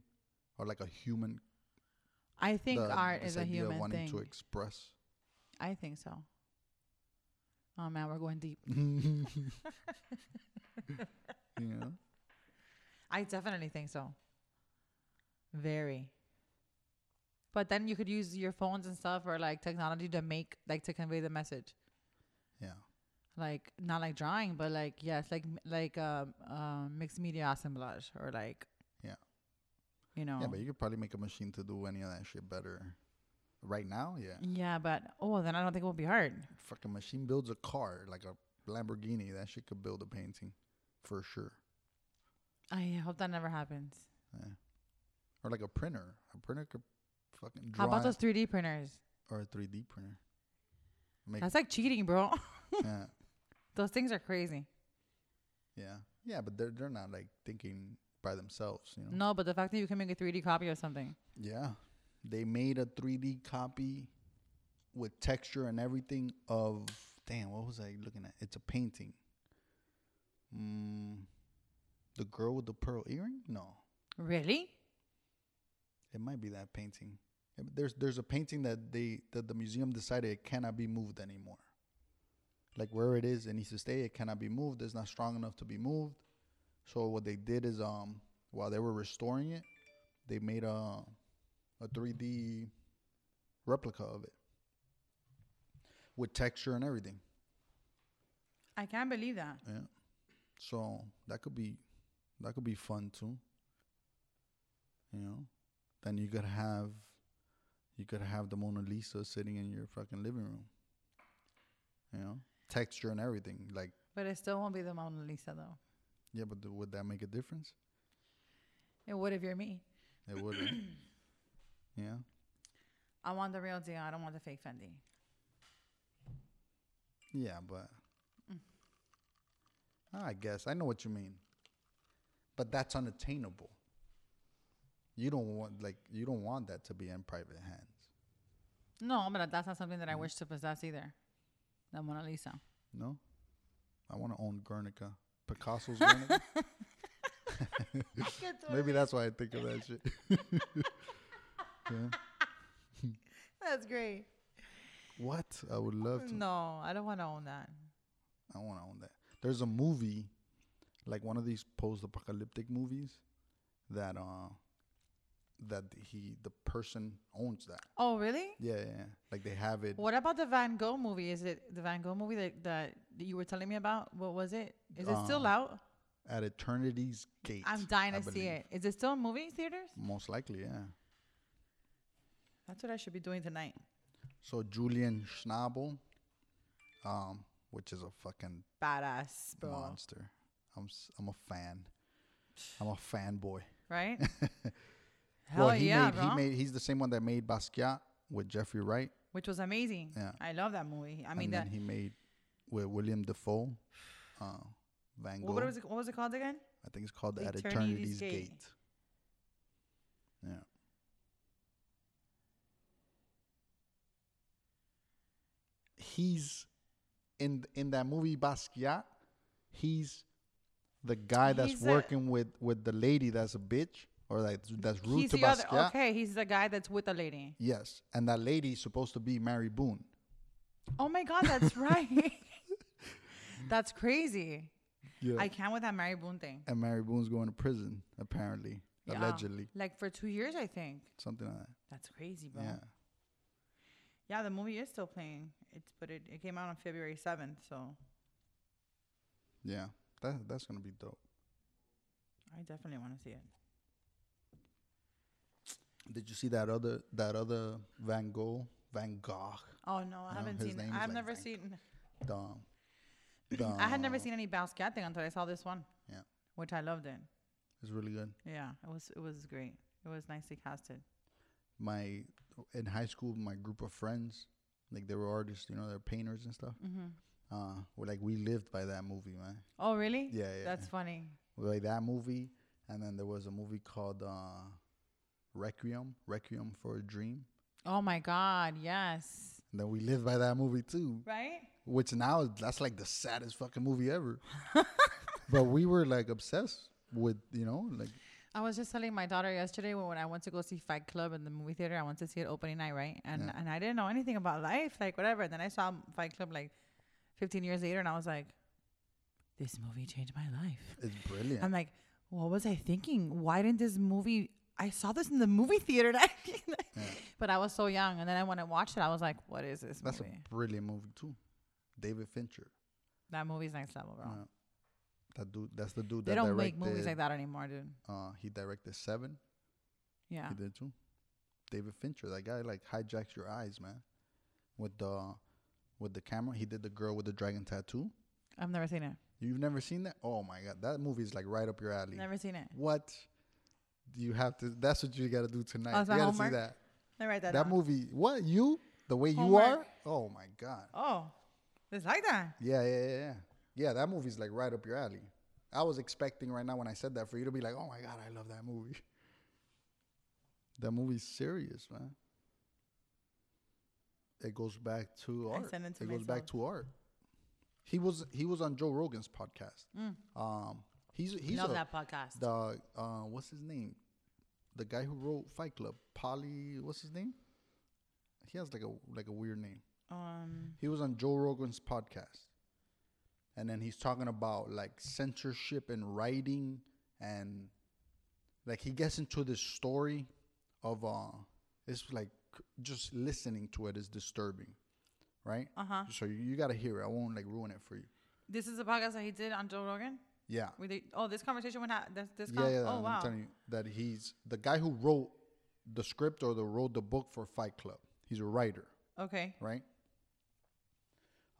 Speaker 5: or like a human.
Speaker 6: I think
Speaker 5: the-
Speaker 6: art
Speaker 5: this
Speaker 6: is a
Speaker 5: idea of
Speaker 6: *laughs* human
Speaker 5: wanting
Speaker 6: thing.
Speaker 5: to express.
Speaker 6: I think so.
Speaker 7: Oh man, we're going deep.
Speaker 5: You know?
Speaker 6: I definitely think so. Very. But then you could use your phones and stuff or like technology to make like to convey the message.
Speaker 5: yeah.
Speaker 6: Like not like drawing, but like yes, like m- like um um mixed media assemblage or like
Speaker 5: Yeah.
Speaker 6: you know
Speaker 5: Yeah, but you could probably make a machine to do any of that shit better. Right now, yeah.
Speaker 6: yeah, but oh then I don't think it will be hard.
Speaker 5: Fucking machine builds a car, like a Lamborghini. That shit could build a painting for sure.
Speaker 6: I hope that never happens.
Speaker 5: Or like a printer. A printer could fucking
Speaker 6: How
Speaker 5: draw
Speaker 6: about
Speaker 5: it-
Speaker 6: those 3D printers?
Speaker 5: or a 3D printer. Make,
Speaker 6: That's like cheating, bro. *laughs*
Speaker 5: yeah,
Speaker 6: those things are crazy.
Speaker 5: *laughs* yeah. Yeah, but they're they're not like thinking by themselves, you know.
Speaker 6: No, but the fact that you can make a 3D copy of something.
Speaker 5: Yeah. They made a 3D copy with texture and everything of damn, what was I looking at? It's a painting. Mm, the girl with the pearl earring? No.
Speaker 6: Really?
Speaker 5: It might be that painting. Yeah, but There's there's a painting that they that the museum decided it cannot be moved anymore. Like where it is, it needs to stay. It cannot be moved. It's not strong enough to be moved. So what they did is, um, while they were restoring it, they made a a 3D replica of it with texture and everything.
Speaker 7: I can't believe that.
Speaker 5: Yeah. So that could be that could be fun too. You know? Then you could have you could have the Mona Lisa sitting in your fucking living room. You know? Texture and everything. Like,
Speaker 6: But it still won't be the Mona Lisa though.
Speaker 5: yeah, but th- would that make a difference?
Speaker 6: It would if you're me.
Speaker 5: It would. right? yeah.
Speaker 6: I want the real deal. I don't want the fake Fendi.
Speaker 5: Yeah, but I guess I know what you mean. But that's unattainable. You don't want like you don't want that to be in private hands.
Speaker 6: No, but that's not something that I wish to possess either. The Mona Lisa.
Speaker 5: No? I want to own Guernica. Picasso's
Speaker 6: *laughs*
Speaker 5: Guernica. Maybe that's why I think of that shit.
Speaker 6: That's great.
Speaker 5: What? I would love to.
Speaker 6: No, I don't want to own that.
Speaker 5: I want to own that. There's a movie, like one of these post-apocalyptic movies, that uh, that he the person owns that.
Speaker 6: Oh, really?
Speaker 5: Yeah, yeah. yeah. Like they have it.
Speaker 6: What about the Van Gogh movie? Is it the Van Gogh movie that, that you were telling me about? What was it? Is it still
Speaker 5: Uh,
Speaker 6: out?
Speaker 5: at Eternity's Gate.
Speaker 6: I'm dying
Speaker 5: I
Speaker 6: to see
Speaker 5: believe.
Speaker 6: it. Is it still in movie theaters?
Speaker 5: Most likely, yeah.
Speaker 6: That's what I should be doing tonight.
Speaker 5: So Julian Schnabel, um, which is a fucking
Speaker 6: Badass, bro.
Speaker 5: monster. I'm s- I'm a fan. I'm a fanboy.
Speaker 6: Right?
Speaker 5: *laughs*
Speaker 6: Hell
Speaker 5: he
Speaker 6: yeah,
Speaker 5: made,
Speaker 6: bro.
Speaker 5: he made he's the same one that made Basquiat with Jeffrey Wright,
Speaker 6: Which was amazing.
Speaker 5: Yeah.
Speaker 6: I love that movie. I
Speaker 5: and
Speaker 6: mean,
Speaker 5: then
Speaker 6: that.
Speaker 5: he made with William Defoe, uh, Van Gogh.
Speaker 6: What, what was it, what was it called again?
Speaker 5: I think it's called
Speaker 6: The
Speaker 5: At
Speaker 6: Eternity's
Speaker 5: Eternity's Gate.
Speaker 6: Gate.
Speaker 5: Yeah. He's in th- in that movie Basquiat. He's the guy that's
Speaker 6: He's a-
Speaker 5: working with with the lady that's a bitch or like that's rude
Speaker 6: he's
Speaker 5: to
Speaker 6: the other.
Speaker 5: Basquiat.
Speaker 6: Okay, he's the guy that's with the lady.
Speaker 5: Yes, and that lady's supposed to be Mary Boone.
Speaker 6: Oh my
Speaker 5: *laughs*
Speaker 6: God, that's right. that's crazy.
Speaker 5: Yeah.
Speaker 6: I can't with that Mary Boone thing.
Speaker 5: and Mary Boone's going to prison apparently,
Speaker 6: Yeah.
Speaker 5: allegedly,
Speaker 6: Like for two years, I think.
Speaker 5: something like that.
Speaker 6: That's crazy, bro.
Speaker 5: Yeah.
Speaker 6: Yeah, the movie is still playing. It's but it, it came out on February seventh, so
Speaker 5: Yeah. That that's gonna be dope.
Speaker 6: I definitely want to see it.
Speaker 5: Did you see that other that other Van Gogh Van Gogh?
Speaker 6: Oh no,
Speaker 5: No,
Speaker 6: I haven't
Speaker 5: his
Speaker 6: seen.
Speaker 5: name
Speaker 6: it.
Speaker 5: is
Speaker 6: I've
Speaker 5: like
Speaker 6: never
Speaker 5: Van-
Speaker 6: seen.
Speaker 5: Dumb.
Speaker 6: *laughs* I had never seen any Basquiat thing until I saw this one.
Speaker 5: Yeah.
Speaker 6: which I loved it.
Speaker 5: It's really good.
Speaker 6: Yeah, it was it was great. It was nicely casted.
Speaker 5: My in high school, my group of friends, like they were artists, you know, they're painters and stuff. Uh, we're like we lived by that movie, man.
Speaker 6: Oh really?
Speaker 5: Yeah, yeah,
Speaker 6: That's
Speaker 5: yeah.
Speaker 6: funny.
Speaker 5: We like that movie, and then there was a movie called uh, Requiem, Requiem for a Dream.
Speaker 6: Oh my God, yes.
Speaker 5: And then we lived by that movie too.
Speaker 6: Right?
Speaker 5: which now is- that's like the saddest fucking movie ever. but we were like obsessed with you know like
Speaker 6: I was just telling my daughter yesterday when, when I went to go see Fight Club in the movie theater, I went to see it opening night, right? And
Speaker 5: Yeah.
Speaker 6: and I didn't know anything about life, like whatever. And then I saw Fight Club like 15 years later, and I was like, this movie changed my life.
Speaker 5: It's brilliant.
Speaker 6: I'm like, what was I thinking? Why didn't this movie? I saw this in the movie theater, *laughs* and I, but I was so young. And then I when I watched it, I was like, what is this
Speaker 5: That's
Speaker 6: movie?
Speaker 5: a brilliant movie too. David Fincher.
Speaker 6: that movie's next level, bro.
Speaker 5: Yeah. That dude. That's the dude.
Speaker 6: they
Speaker 5: that
Speaker 6: don't make
Speaker 5: directed,
Speaker 6: movies like that Ah. anymore, dude.
Speaker 5: Uh, he directed Seven.
Speaker 6: Yeah,
Speaker 5: He did too. David Fincher. That guy like hijacks your eyes, man. With the with the camera, he did the girl with the dragon tattoo.
Speaker 6: I've never seen it.
Speaker 5: You've never seen that? Oh my god, that movie is like right up your alley.
Speaker 6: Never seen it.
Speaker 5: What? You have to. That's what you got to do tonight.
Speaker 6: Oh,
Speaker 5: you
Speaker 6: it's my
Speaker 5: gotta
Speaker 6: homework?
Speaker 5: see that.
Speaker 6: I write that.
Speaker 5: That
Speaker 6: down.
Speaker 5: movie. What you? The way you are.
Speaker 6: Homework.
Speaker 5: Oh my god.
Speaker 6: Oh, it's like that.
Speaker 5: Yeah, yeah, yeah, yeah. Yeah, that movie's like right up your alley. I was expecting right now when I said that for you to be like, "Oh my god, I love that movie." *laughs* That movie's serious, man. It goes back to
Speaker 6: I
Speaker 5: art.
Speaker 6: sent it to
Speaker 5: goes back
Speaker 6: myself.
Speaker 5: to art. He was he was on Joe Rogan's podcast. Um, he's he's
Speaker 6: Mm. Love
Speaker 5: a-
Speaker 6: that podcast.
Speaker 5: The uh, what's his name? The guy who wrote Fight Club, Polly. What's his name? He has like a like a weird name
Speaker 6: Um,
Speaker 5: he was on Joe Rogan's podcast. And then he's talking about like censorship and writing and like he gets into this story of uh it's like c- just listening to it is disturbing, right?
Speaker 6: Uh-huh.
Speaker 5: So you, you got to hear it. I won't like ruin it for you.
Speaker 6: this is the podcast that he did on Joe Rogan.
Speaker 5: Yeah.
Speaker 6: We did, oh, this conversation went out. This, this
Speaker 5: Yeah,
Speaker 6: con-
Speaker 5: yeah,
Speaker 6: oh wow.
Speaker 5: I'm telling you that he's the guy who wrote the script or the wrote the book for Fight Club. He's a writer.
Speaker 6: Okay.
Speaker 5: right?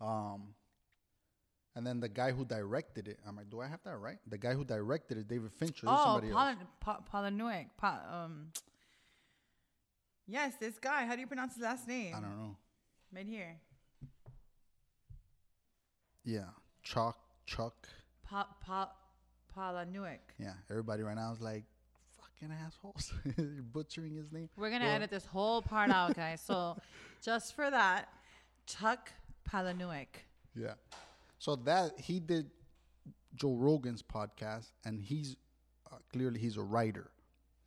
Speaker 5: Um, and then the guy who directed it, I'm like, do I have that right? The guy who directed it, David Fincher, this is
Speaker 6: Oh,
Speaker 5: somebody
Speaker 6: Paul,
Speaker 5: else.
Speaker 6: pa- Paula Newick. Pa- um, yes, this guy. How do you pronounce his last name?
Speaker 5: I don't know.
Speaker 6: Right here.
Speaker 5: Yeah, Chuck, Chuck.
Speaker 6: Pa- pa- Paula Newick.
Speaker 5: Yeah, everybody right now is like, fucking assholes, *laughs* You're butchering his name.
Speaker 6: We're gonna
Speaker 5: Well,
Speaker 6: edit this whole part out, guys. So, *laughs* just for that, Chuck Paula Newick.
Speaker 5: Yeah. So that he did Joe Rogan's podcast, and he's uh, clearly he's a writer,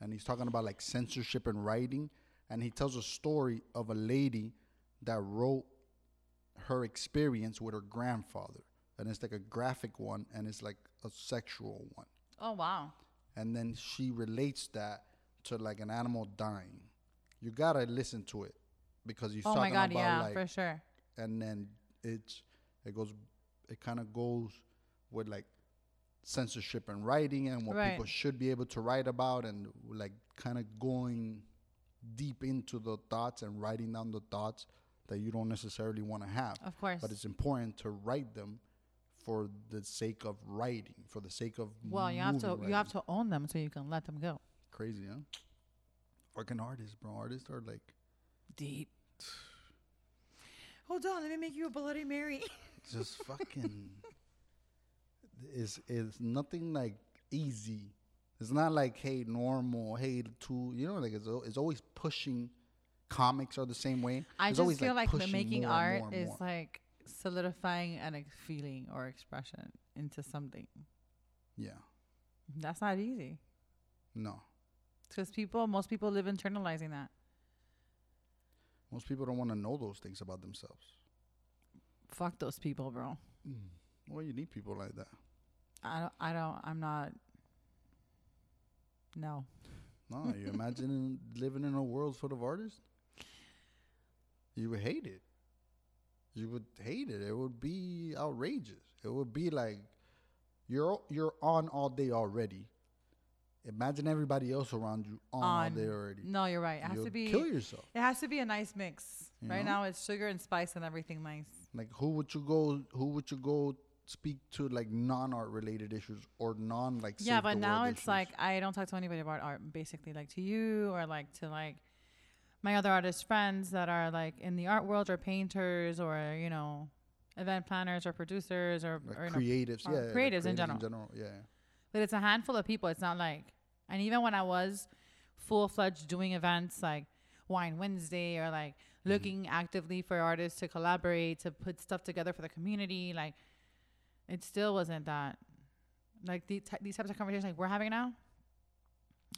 Speaker 5: and he's talking about like censorship and writing, and he tells a story of a lady that wrote her experience with her grandfather, and it's like a graphic one, and it's like a sexual one,
Speaker 6: Oh wow.
Speaker 5: and then she relates that to like an animal dying. You gotta listen to it because you're
Speaker 6: Oh my
Speaker 5: talking
Speaker 6: god.
Speaker 5: about
Speaker 6: Yeah,
Speaker 5: like
Speaker 6: for sure.
Speaker 5: and then it's it goes it kind of goes with like censorship and writing and what
Speaker 6: Right.
Speaker 5: people should be able to write about and like kind of going deep into the thoughts and writing down the thoughts that you don't necessarily want to have
Speaker 6: Of course.
Speaker 5: but it's important to write them for the sake of writing for the sake of
Speaker 6: Well, you have
Speaker 5: movie
Speaker 6: to
Speaker 5: writing.
Speaker 6: you have to own them so you can let them go.
Speaker 5: crazy huh fucking artists bro artists are like
Speaker 6: Deep. Hold on, let me make you a Bloody Mary. *laughs*
Speaker 5: just fucking is is nothing like easy. It's not like hey normal, hey two, you know, like it's al- it's always pushing. Comics are the same way.
Speaker 6: I
Speaker 5: It's
Speaker 6: just
Speaker 5: always,
Speaker 6: feel like, the
Speaker 5: pushing
Speaker 6: making
Speaker 5: more and
Speaker 6: art
Speaker 5: more and
Speaker 6: is
Speaker 5: more.
Speaker 6: like solidifying an ex- feeling or expression into something.
Speaker 5: yeah,
Speaker 6: That's not easy
Speaker 5: no.
Speaker 6: because people, most people live internalizing that.
Speaker 5: Most people don't want to know those things about themselves.
Speaker 6: Fuck those people, bro.
Speaker 5: Well, you need people like that.
Speaker 6: I don't. I don't. I'm not. No.
Speaker 5: No, you imagine living in a world full of artists? You would hate it. You would hate it. It would be outrageous. It would be like you're you're on all day already. Imagine everybody else around you on,
Speaker 6: On.
Speaker 5: all day Oh, already.
Speaker 6: No, you're right. It has
Speaker 5: You'll
Speaker 6: to be.
Speaker 5: kill yourself.
Speaker 6: It has to be a nice mix.
Speaker 5: You
Speaker 6: right
Speaker 5: know?
Speaker 6: now, it's sugar and spice and everything nice.
Speaker 5: Like who would you go who would you go speak to like non art related issues or non like
Speaker 6: yeah,
Speaker 5: save
Speaker 6: but
Speaker 5: the
Speaker 6: now
Speaker 5: world
Speaker 6: it's
Speaker 5: issues?
Speaker 6: like I don't talk to anybody about art. Basically, like to you or like to like my other artist friends that are like in the art world or painters or you know event planners or producers or,
Speaker 5: Like
Speaker 6: or you know,
Speaker 5: creatives,
Speaker 6: uh,
Speaker 5: yeah,
Speaker 6: creatives, in general.
Speaker 5: yeah.
Speaker 6: But it's a handful of people. It's not like, and even when I was full fledged doing events like Wine Wednesday or like looking actively for artists to collaborate, to put stuff together for the community, like it still wasn't that. Like the ty- these types of conversations like we're having now,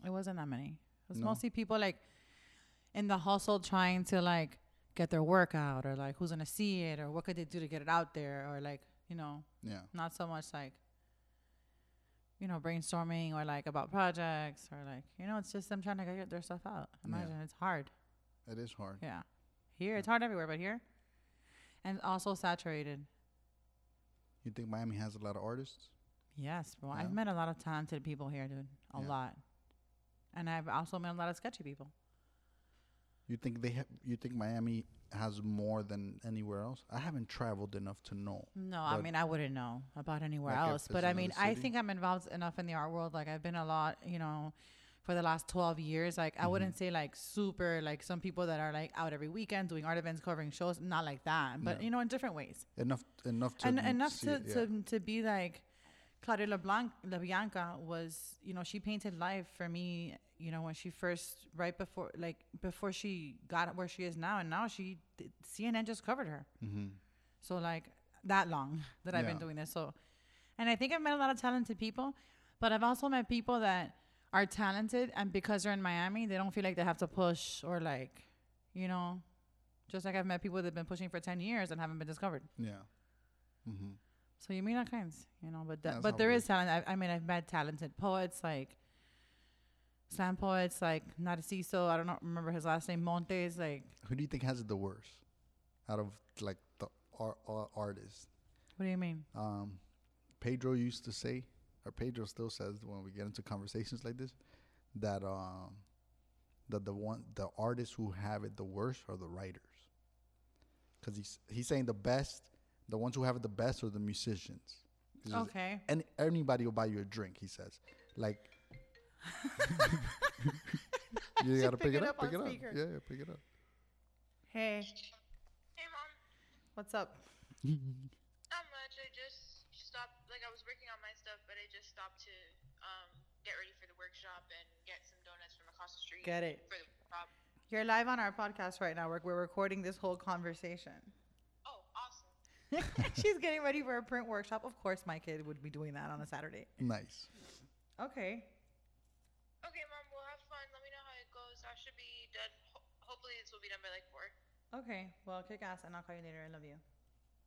Speaker 6: it wasn't that many. It was
Speaker 5: No.
Speaker 6: mostly people like in the hustle trying to like get their work out or like who's gonna see it or what could they do to get it out there or like you know
Speaker 5: Yeah.
Speaker 6: not so much like you know brainstorming or like about projects or like you know it's just them trying to get their stuff out
Speaker 5: Yeah.
Speaker 6: imagine it's hard
Speaker 5: It is hard.
Speaker 6: yeah here it's hard everywhere but here and also saturated
Speaker 5: You think Miami has a lot of artists?
Speaker 6: yes well
Speaker 5: Yeah.
Speaker 6: i've met a lot of talented people here dude a
Speaker 5: Yeah.
Speaker 6: lot and i've also met a lot of sketchy people
Speaker 5: You think they have? You think Miami has more than anywhere else? I haven't traveled enough to know.
Speaker 6: No, I
Speaker 5: But-
Speaker 6: mean I wouldn't know about anywhere
Speaker 5: Like, if
Speaker 6: else.
Speaker 5: it's
Speaker 6: But I
Speaker 5: another
Speaker 6: mean, I
Speaker 5: city?
Speaker 6: think I'm involved enough in the art world. Like I've been a lot, you know, for the last twelve years. Like
Speaker 5: Mm-hmm.
Speaker 6: I wouldn't say like super like some people that are like out every weekend doing art events, covering shows. Not like that, but
Speaker 5: No.
Speaker 6: you know, in different ways.
Speaker 5: Enough, enough to
Speaker 6: and
Speaker 5: m-
Speaker 6: enough
Speaker 5: see
Speaker 6: to,
Speaker 5: it, yeah.
Speaker 6: to to be like Claudia LeBlanc LaBianca was, you know, she painted life for me. You know, when she first right before like before she got where she is now, and now she CNN just covered her.
Speaker 5: Mm-hmm.
Speaker 6: So like that long that I've been
Speaker 5: Yeah.
Speaker 6: doing this. So, and I think I've met a lot of talented people, but I've also met people that are talented and because they're in Miami, they don't feel like they have to push or like, you know, just like I've met people that've been pushing for ten years and haven't been discovered.
Speaker 5: yeah. Mm-hmm.
Speaker 6: So you meet all kinds, you know. But th-
Speaker 5: That's
Speaker 6: but
Speaker 5: how
Speaker 6: there
Speaker 5: it
Speaker 6: is talent. I, I mean, I've met talented poets like slam poets like Narciso. I don't know, remember his last name. Montes. Like,
Speaker 5: Who do you think has it the worst out of like the ar- ar- artists?
Speaker 6: what do you mean?
Speaker 5: Um, Pedro used to say, or Pedro still says when we get into conversations like this, that um, that the one the artists who have it the worst are the writers, because he's he's saying the best, the ones who have it the best are the musicians. He says,
Speaker 6: Okay.
Speaker 5: And anybody will buy you a drink, he says. Like
Speaker 6: *laughs*
Speaker 5: you gotta pick,
Speaker 6: pick
Speaker 5: it
Speaker 6: it
Speaker 5: up,
Speaker 6: up
Speaker 5: pick it
Speaker 6: on
Speaker 5: up.
Speaker 6: speaker.
Speaker 5: Yeah, yeah, pick it up.
Speaker 6: Hey,
Speaker 8: Hey mom,
Speaker 6: what's up?
Speaker 8: not much. I just stopped. Like I was working on my stuff, but I just stopped to um, get ready for the workshop and get some donuts from across the street.
Speaker 6: Get it.
Speaker 8: For the workshop.
Speaker 6: You're live on our podcast right now. We're we're recording this whole conversation. *laughs*
Speaker 8: Oh, awesome.
Speaker 6: She's getting ready for a print workshop. Of course, my kid would be doing that on a Saturday.
Speaker 5: Nice.
Speaker 6: Okay.
Speaker 8: Okay, mom. We'll have fun. Let me know how it goes. I should be done. Ho- hopefully, this will be done by like four.
Speaker 6: Okay. Well, kick ass, and I'll call you later. I love you.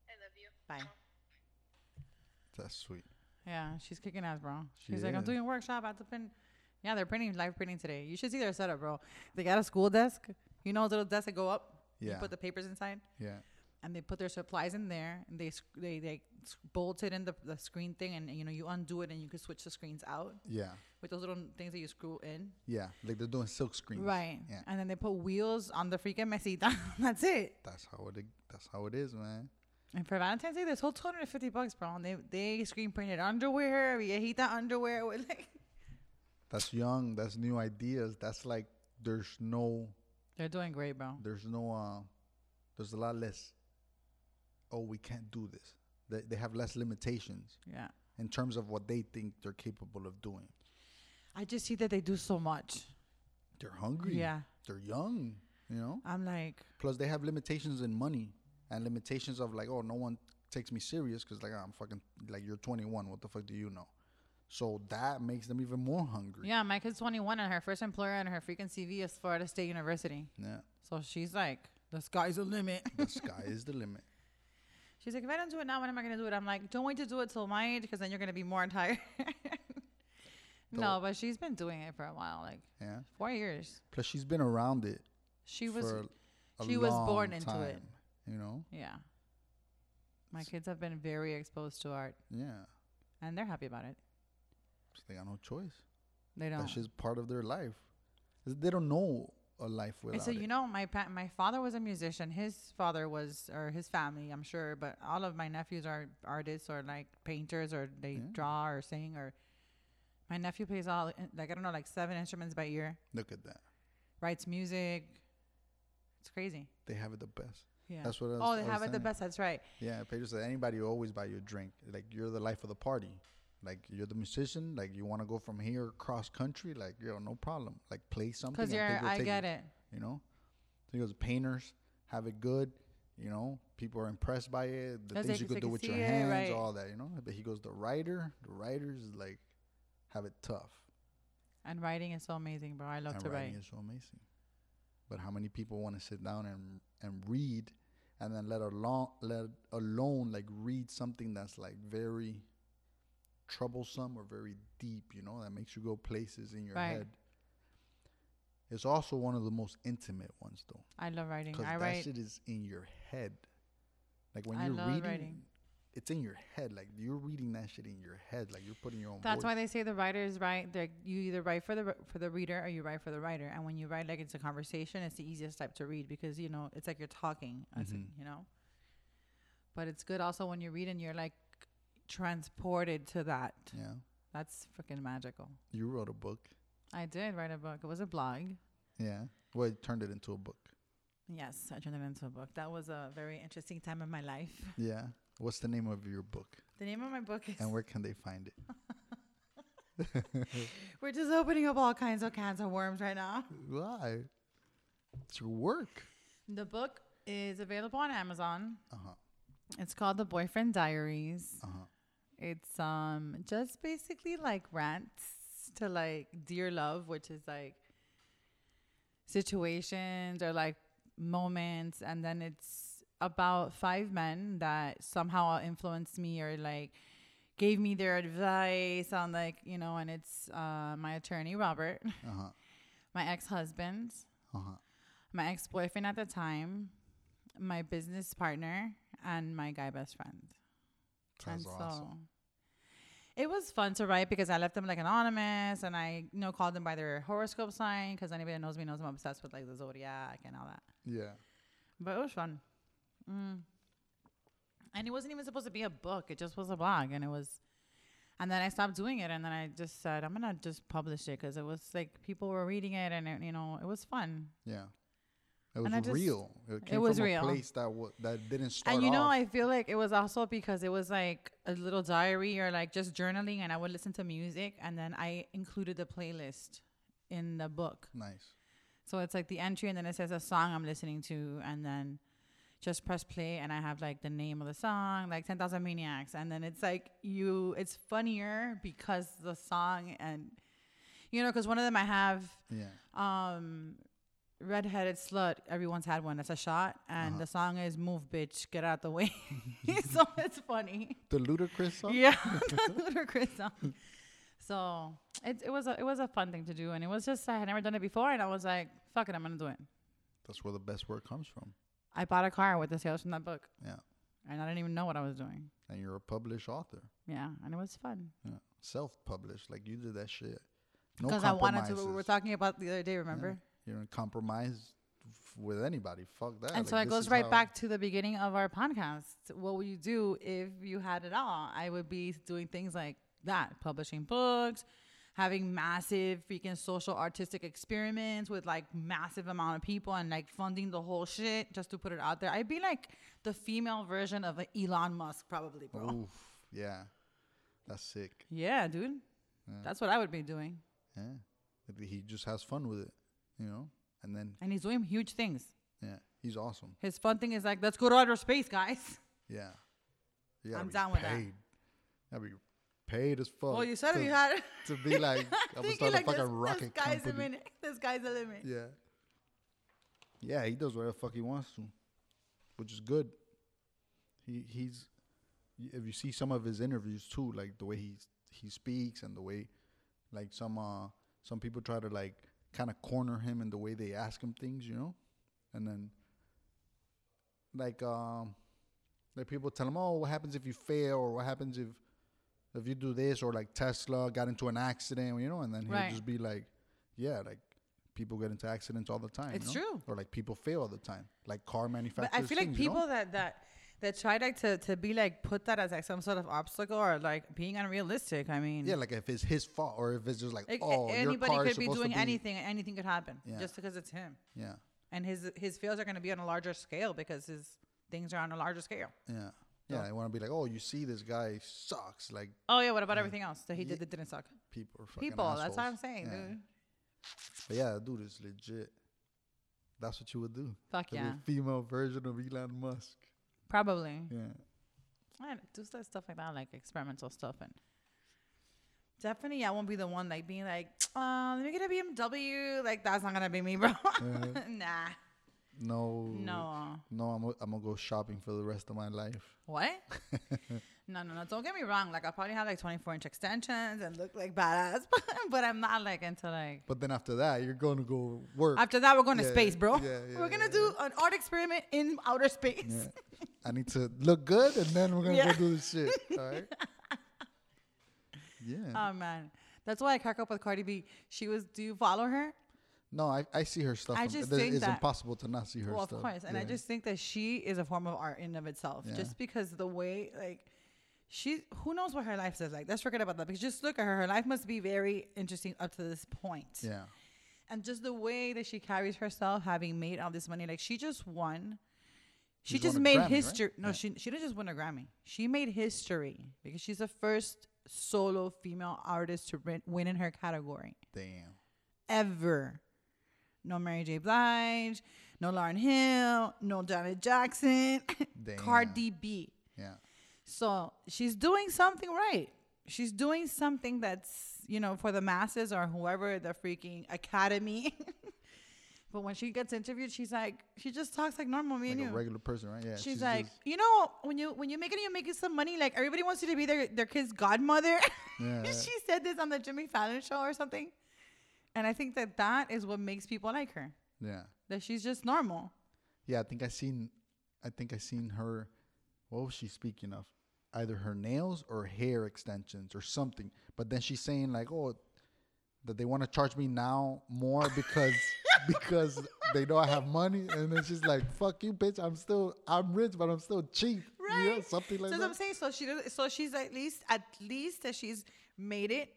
Speaker 8: I love you.
Speaker 6: Bye.
Speaker 5: That's sweet.
Speaker 6: Yeah, she's kicking ass, bro.
Speaker 5: She
Speaker 6: She's like, I'm
Speaker 5: is.
Speaker 6: doing a workshop. I have to print. Yeah, they're printing live printing today. You should see their setup, bro. They got a school desk. You know those little desks that go up. You
Speaker 5: Yeah.
Speaker 6: put the papers inside,
Speaker 5: Yeah.
Speaker 6: and they put their supplies in there, and they sc- they they s- bolted in the, the screen thing, and you know you undo it, and you can switch the screens out
Speaker 5: Yeah.
Speaker 6: with those little things that you screw in.
Speaker 5: Yeah. Like they're doing silk screens.
Speaker 6: Right.
Speaker 5: Yeah.
Speaker 6: And then they put wheels on the freaking mesita. *laughs* That's it.
Speaker 5: That's how it that's how it is, man.
Speaker 6: And for Valentine's Day, this whole 250 bucks, bro. And they they screen printed underwear, viejita underwear *laughs* with like.
Speaker 5: That's young, that's new ideas. That's like there's no
Speaker 6: They're doing great, bro.
Speaker 5: there's no uh there's a lot less oh we can't do this. They they have less limitations
Speaker 6: Yeah.
Speaker 5: in terms of what they think they're capable of doing.
Speaker 6: I just see that they do so much.
Speaker 5: They're hungry.
Speaker 6: Yeah.
Speaker 5: They're young, you know?
Speaker 6: I'm like,
Speaker 5: Plus, they have limitations in money and limitations of like, oh, no one takes me serious because like I'm fucking like you're 21. What the fuck do you know? So that makes them even more hungry.
Speaker 6: yeah, my kid's 21 and her first employer and her freaking CV is Florida State University.
Speaker 5: Yeah.
Speaker 6: So she's like, the sky's the *laughs* limit.
Speaker 5: The sky is the limit.
Speaker 6: she's like, if I don't do it now, when am I going to do it? I'm like, don't wait to do it till my age because then you're going to be more *laughs* tired. no,
Speaker 5: Don't-
Speaker 6: but she's been doing it for a while, like
Speaker 5: Yeah.
Speaker 6: four years.
Speaker 5: Plus, she's been around it.
Speaker 6: She was,
Speaker 5: for a
Speaker 6: she was born
Speaker 5: long
Speaker 6: into it.
Speaker 5: time, You know.
Speaker 6: yeah. My kids have been very exposed to art
Speaker 5: Yeah.
Speaker 6: and they're happy about it.
Speaker 5: So they got no choice.
Speaker 6: They don't.
Speaker 5: That's just part of their life. They don't know a life without
Speaker 6: And so you
Speaker 5: it.
Speaker 6: know, my pa- my father was a musician. His father was, or his family, I'm sure, but all of my nephews are artists or like painters or they
Speaker 5: Yeah.
Speaker 6: draw or sing. Or my nephew plays all in- like I don't know, like seven instruments by ear,
Speaker 5: Look at that.
Speaker 6: writes music. It's crazy.
Speaker 5: They have it the best.
Speaker 6: Yeah.
Speaker 5: That's what I was-
Speaker 6: oh,
Speaker 5: I
Speaker 6: they
Speaker 5: was
Speaker 6: have it the
Speaker 5: saying.
Speaker 6: best. That's right.
Speaker 5: Yeah, Pedro said anybody will always buy you a drink. Like you're the life of the party. Like you're the musician. Like you want to go from here cross country. Like you know, no problem. Like play something.
Speaker 6: Cause
Speaker 5: and
Speaker 6: you're,
Speaker 5: people
Speaker 6: I
Speaker 5: take
Speaker 6: get it.
Speaker 5: You know, so he goes painters have it good. You know, people are impressed by it. The
Speaker 6: Cause they
Speaker 5: things you
Speaker 6: can-
Speaker 5: could
Speaker 6: they
Speaker 5: do
Speaker 6: can
Speaker 5: with your
Speaker 6: see it,
Speaker 5: hands,
Speaker 6: right.
Speaker 5: all that. You know, but he goes the writer. The writers like have it tough.
Speaker 6: And writing is so amazing, bro. I love
Speaker 5: and
Speaker 6: to
Speaker 5: writing
Speaker 6: write.
Speaker 5: is so amazing. But how many people want to sit down and and read, and then let alone let alone like read something that's like very troublesome or very deep, you know, that makes you go places in your
Speaker 6: Right.
Speaker 5: head. It's also one of the most intimate ones though.
Speaker 6: I love writing.
Speaker 5: Because
Speaker 6: I
Speaker 5: that
Speaker 6: write.
Speaker 5: shit is in your head. Like when
Speaker 6: I
Speaker 5: you're
Speaker 6: love
Speaker 5: reading,
Speaker 6: writing.
Speaker 5: it's in your head. Like you're reading that shit in your head. Like you're putting your own.
Speaker 6: That's why
Speaker 5: voice.
Speaker 6: they say the writers write. They're, you either write for the r- for the reader or you write for the writer. And when you write like it's a conversation, it's the easiest type to read because you know it's like you're talking. it's like,
Speaker 5: Mm-hmm.
Speaker 6: you know. But it's good also when you read and you're like transported to that.
Speaker 5: Yeah,
Speaker 6: That's freaking magical.
Speaker 5: you wrote a book.
Speaker 6: I did write a book. It was a blog.
Speaker 5: Yeah, well, you turned it into a
Speaker 6: *laughs*
Speaker 5: book.
Speaker 6: Yes, I turned it into a book. That was a very interesting time in my life. *laughs*
Speaker 5: Yeah. What's the name of your book?
Speaker 6: The name of my book is
Speaker 5: And where can they find
Speaker 6: *laughs*
Speaker 5: it?
Speaker 6: We're just opening up all kinds of cans of worms right now.
Speaker 5: Why? It's your work.
Speaker 6: The book is available on Amazon.
Speaker 5: Uh huh.
Speaker 6: It's called The Boyfriend Diaries.
Speaker 5: Uh huh.
Speaker 6: It's um just basically like rants to like dear love, which is like situations or like moments and then it's about five men that somehow influenced me or like gave me their advice on like, you know, and it's uh my attorney Robert,
Speaker 5: Uh huh.
Speaker 6: *laughs* my ex-husband,
Speaker 5: Uh huh.
Speaker 6: my ex-boyfriend at the time, my business partner, and my guy best friend.
Speaker 5: That's
Speaker 6: And
Speaker 5: awesome.
Speaker 6: so it was fun to write because I left them like anonymous and I you know called them by their horoscope sign because anybody that knows me knows I'm obsessed with like the zodiac and all that.
Speaker 5: Yeah.
Speaker 6: But it was fun. Mm. And it wasn't even supposed to be a book. It just was a blog and it was and then I stopped doing it and then I just said I'm going to just publish it cuz it was like people were reading it and it, you know, it was fun.
Speaker 5: Yeah. It
Speaker 6: And I
Speaker 5: was
Speaker 6: just-
Speaker 5: real. It came
Speaker 6: was
Speaker 5: from
Speaker 6: real.
Speaker 5: a place that wa that didn't start.
Speaker 6: and you know,
Speaker 5: off-
Speaker 6: I feel like it was also because it was like a little diary or like just journaling, and I would listen to music, and then I included the playlist in the book.
Speaker 5: nice.
Speaker 6: So it's like the entry, and then it says a song I'm listening to, and then just press play, and I have like the name of the song, like 10,000 Maniacs. And then it's like you, it's funnier because the song, and you know, because one of them I have
Speaker 5: Yeah.
Speaker 6: *laughs* um redheaded slut everyone's had one that's a shot
Speaker 5: Uh-huh.
Speaker 6: and the song is move bitch get out the way
Speaker 5: *laughs*
Speaker 6: *laughs* so it's funny
Speaker 5: The ludicrous song.
Speaker 6: *laughs* yeah the ludicrous song so it, it was a it was a fun thing to do and it was just i had never done it before and i was like fuck it i'm gonna do it
Speaker 5: That's where the best work comes from.
Speaker 6: i bought a car with the sales from that book
Speaker 5: Yeah.
Speaker 6: and i didn't even know what i was doing
Speaker 5: And you're a published author.
Speaker 6: yeah and it was fun
Speaker 5: Yeah. Self-published. Like you did that shit. No
Speaker 6: because i wanted to we
Speaker 5: compromises.
Speaker 6: were talking about the other day remember
Speaker 5: You don't compromise f- with anybody. Fuck that.
Speaker 6: And so
Speaker 5: Like,
Speaker 6: it
Speaker 5: this
Speaker 6: goes
Speaker 5: is
Speaker 6: right
Speaker 5: how-
Speaker 6: back to the beginning of our podcast. What would you do if you had it all? I would be doing things like that, publishing books, having massive freaking social artistic experiments with like massive amount of people and like funding the whole shit just to put it out there. I'd be like the female version of a Elon Musk probably, bro.
Speaker 5: *laughs* Oof. Yeah. That's sick.
Speaker 6: Yeah, dude. That's what I would be doing.
Speaker 5: Yeah. Maybe He just has fun with it, you know? And then,
Speaker 6: And he's doing huge things.
Speaker 5: yeah, he's awesome.
Speaker 6: His fun thing is like, let's go to outer space, guys.
Speaker 5: Yeah. You gotta
Speaker 6: I'm
Speaker 5: be
Speaker 6: down with that.
Speaker 5: that. Gotta be paid as fuck.
Speaker 6: well, you said
Speaker 5: to,
Speaker 6: you had
Speaker 5: *laughs* To be
Speaker 6: *laughs*
Speaker 5: like, I'm gonna
Speaker 6: thinking
Speaker 5: start a
Speaker 6: like,
Speaker 5: fucking
Speaker 6: this, this
Speaker 5: rocket
Speaker 6: guy's the
Speaker 5: company.
Speaker 6: limit. This guy's the limit.
Speaker 5: Yeah. Yeah, he does whatever the fuck he wants to, which is good. He he's y- if you see some of his interviews too, like the way he he speaks and the way like some uh some people try to like kind of corner him in the way they ask him things, you know, and then like um like people tell him, oh, what happens if you fail or what happens if if you do this or like Tesla got into an accident, you know, and then he'll
Speaker 6: Right.
Speaker 5: just be like, yeah, like people get into accidents all the time.
Speaker 6: It's
Speaker 5: you know?
Speaker 6: true.
Speaker 5: Or like people fail all the time, like car manufacturers.
Speaker 6: But I feel like
Speaker 5: things, you know?
Speaker 6: people that that that try like to to be like put that as like some sort of obstacle or like being unrealistic. I mean,
Speaker 5: Yeah, like if it's his fault or if it's just like,
Speaker 6: like, a-
Speaker 5: oh,
Speaker 6: anybody
Speaker 5: your car is
Speaker 6: could be
Speaker 5: supposed
Speaker 6: doing
Speaker 5: to be,
Speaker 6: anything. and Anything could happen
Speaker 5: Yeah.
Speaker 6: just because it's him.
Speaker 5: Yeah,
Speaker 6: And his his fails are going to be on a larger scale because his things are on a larger scale.
Speaker 5: yeah, yeah. They want to be like, oh, you see, this guy sucks. Like
Speaker 6: Oh yeah, what about everything else that he did that didn't suck?
Speaker 5: people, are fucking
Speaker 6: People, that's what I'm
Speaker 5: assholes.
Speaker 6: saying,
Speaker 5: Yeah.
Speaker 6: dude.
Speaker 5: But yeah, that dude is legit. That's what you would do.
Speaker 6: Fuck
Speaker 5: To be a
Speaker 6: yeah,
Speaker 5: female version of Elon Musk.
Speaker 6: probably.
Speaker 5: Yeah.
Speaker 6: I do stuff like that, like experimental stuff, and Definitely, I won't be the one like being like, uh, let me get a BMW. Like that's not gonna be me, bro.
Speaker 5: Uh-huh.
Speaker 6: *laughs* nah,
Speaker 5: No.
Speaker 6: no.
Speaker 5: No, I'm, gonna- I'm gonna go shopping for the rest of my life. *laughs*
Speaker 6: What? no, no, no. Don't get me wrong. Like I probably have like 24 inch extensions and look like badass, *laughs* but, but I'm not like into like.
Speaker 5: But then after that, you're gonna go work.
Speaker 6: After that, we're going to
Speaker 5: Yeah,
Speaker 6: space, bro.
Speaker 5: yeah, yeah,
Speaker 6: *laughs* we're gonna
Speaker 5: yeah,
Speaker 6: do an art experiment in outer space.
Speaker 5: Yeah. I need to look good, and then we're gonna
Speaker 6: Yeah.
Speaker 5: go do this
Speaker 6: *laughs*
Speaker 5: shit. All right. yeah.
Speaker 6: *laughs* Oh man, that's why I crack up with Cardi B. She was. Do you follow her?
Speaker 5: no, I, I see her stuff.
Speaker 6: I
Speaker 5: and
Speaker 6: just
Speaker 5: there-
Speaker 6: think
Speaker 5: it's
Speaker 6: that-
Speaker 5: impossible to not see her
Speaker 6: well,
Speaker 5: stuff.
Speaker 6: of course. And I
Speaker 5: Yeah.
Speaker 6: just think that she is a form of art in and of itself.
Speaker 5: Yeah.
Speaker 6: Just because the way like she who knows what her life is like. Let's forget about that. Because just look at her. Her life must be very interesting up to this point.
Speaker 5: Yeah.
Speaker 6: And just the way that she carries herself, having made all this money, like she just won. She
Speaker 5: She's
Speaker 6: just
Speaker 5: won a
Speaker 6: made
Speaker 5: Grammy, right?
Speaker 6: history. No,
Speaker 5: Yeah.
Speaker 6: she she didn't just win a Grammy. She made history because she's the first solo female artist to win- win in her category
Speaker 5: Damn.
Speaker 6: ever. No Mary J. Blige, no Lauren Hill, no Janet Jackson, *laughs*
Speaker 5: Damn.
Speaker 6: Cardi B.
Speaker 5: Yeah.
Speaker 6: So she's doing something right. She's doing something that's, you know, for the masses or whoever the freaking academy. *laughs* but when she gets interviewed, she's like, she just talks like normal, me
Speaker 5: Like
Speaker 6: and
Speaker 5: a
Speaker 6: you.
Speaker 5: regular person, right? Yeah.
Speaker 6: She's, like,
Speaker 5: just-
Speaker 6: you know, when you when you make it, you make it some money. Like everybody wants you to be their their kid's godmother. *laughs*
Speaker 5: Yeah.
Speaker 6: she said this on the Jimmy Fallon show or something, and I think that that is what makes people like her.
Speaker 5: yeah.
Speaker 6: That she's just normal.
Speaker 5: Yeah, I think I seen, I think I seen her. What was she speaking of? Either her nails or hair extensions or something. But then she's saying like, oh, that they want to charge me now more because *laughs* because they know I have money. And then she's like, fuck you, bitch. I'm still I'm rich, but I'm still cheap.
Speaker 6: Right.
Speaker 5: You know, something like
Speaker 6: so
Speaker 5: that.
Speaker 6: I'm saying. So she does- so she's at least at least that she's made it,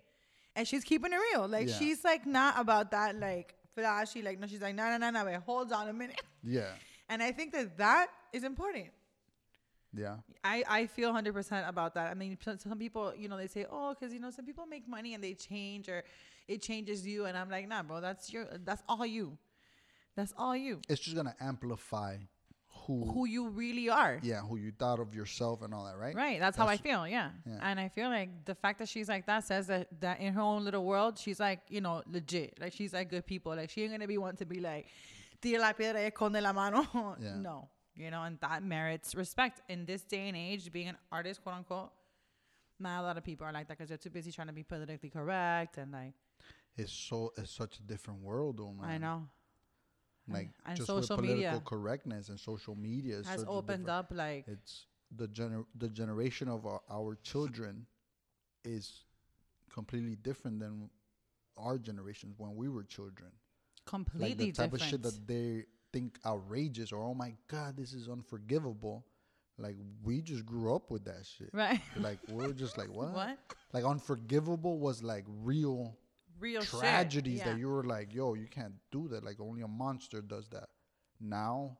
Speaker 6: and she's keeping it real. Like
Speaker 5: Yeah.
Speaker 6: she's like not about that like flashy. Like no, she's like no no no no. Wait, hold on a minute. *laughs*
Speaker 5: yeah.
Speaker 6: And I think that that is important.
Speaker 5: Yeah.
Speaker 6: I, I feel 100% about that. I mean, some- some people, you know, they say, oh, because, you know, some people make money and they change or it changes you. And I'm like, nah, bro, that's your, that's all you. That's all you.
Speaker 5: It's just gonna amplify who,
Speaker 6: Who you really are.
Speaker 5: yeah, who you thought of yourself and all that, right?
Speaker 6: Right. That's, how I feel. Yeah.
Speaker 5: yeah.
Speaker 6: And I feel like the fact that she's like that says that, that in her own little world, she's like, you know, legit. Like, she's like good people. Like, she ain't going to be one to be like, tira la piedra y esconde la mano. *laughs*
Speaker 5: Yeah.
Speaker 6: No. You know, and that merits respect. In this day and age, being an artist, quote unquote, not a lot of people are like that because they're too busy trying to be politically correct and like,
Speaker 5: It's so it's such a different world though, man.
Speaker 6: I know.
Speaker 5: like
Speaker 6: and
Speaker 5: just
Speaker 6: social
Speaker 5: with political
Speaker 6: media.
Speaker 5: correctness and social media is
Speaker 6: Has
Speaker 5: such a
Speaker 6: opened
Speaker 5: different-
Speaker 6: up like,
Speaker 5: It's the gener- the generation of our, our children is completely different than our generations when we were children.
Speaker 6: completely
Speaker 5: like the type
Speaker 6: different.
Speaker 5: of shit that they think outrageous or oh my god, this is unforgivable. Like we just grew up with that shit.
Speaker 6: right.
Speaker 5: Like we are just like what?
Speaker 6: *laughs* What?
Speaker 5: Like unforgivable was like real
Speaker 6: Real shit.
Speaker 5: tragedies
Speaker 6: Yeah.
Speaker 5: that you were like, yo, you can't do that. Like only a monster does that. Now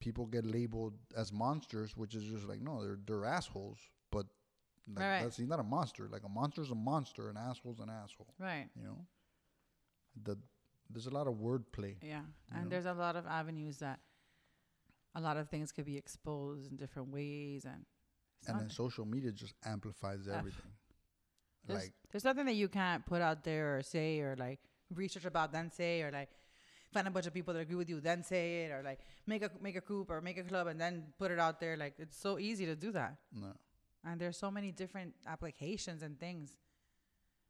Speaker 5: people get labeled as monsters, which is just like, no, they're they're assholes. But like,
Speaker 6: Right, right.
Speaker 5: that's he's not a monster. Like a monster's a monster, an asshole's an asshole.
Speaker 6: Right.
Speaker 5: You know? The there's a lot of wordplay.
Speaker 6: Yeah. And there's a lot of avenues that a lot of things could be exposed in different ways and it's
Speaker 5: and
Speaker 6: not-
Speaker 5: then social media just amplifies everything.
Speaker 6: there's,
Speaker 5: like
Speaker 6: there's nothing that you can't put out there or say or like research about then say or like find a bunch of people that agree with you then say it or like make a make a group or make a club and then put it out there like it's so easy to do that
Speaker 5: no.
Speaker 6: and there's so many different applications and things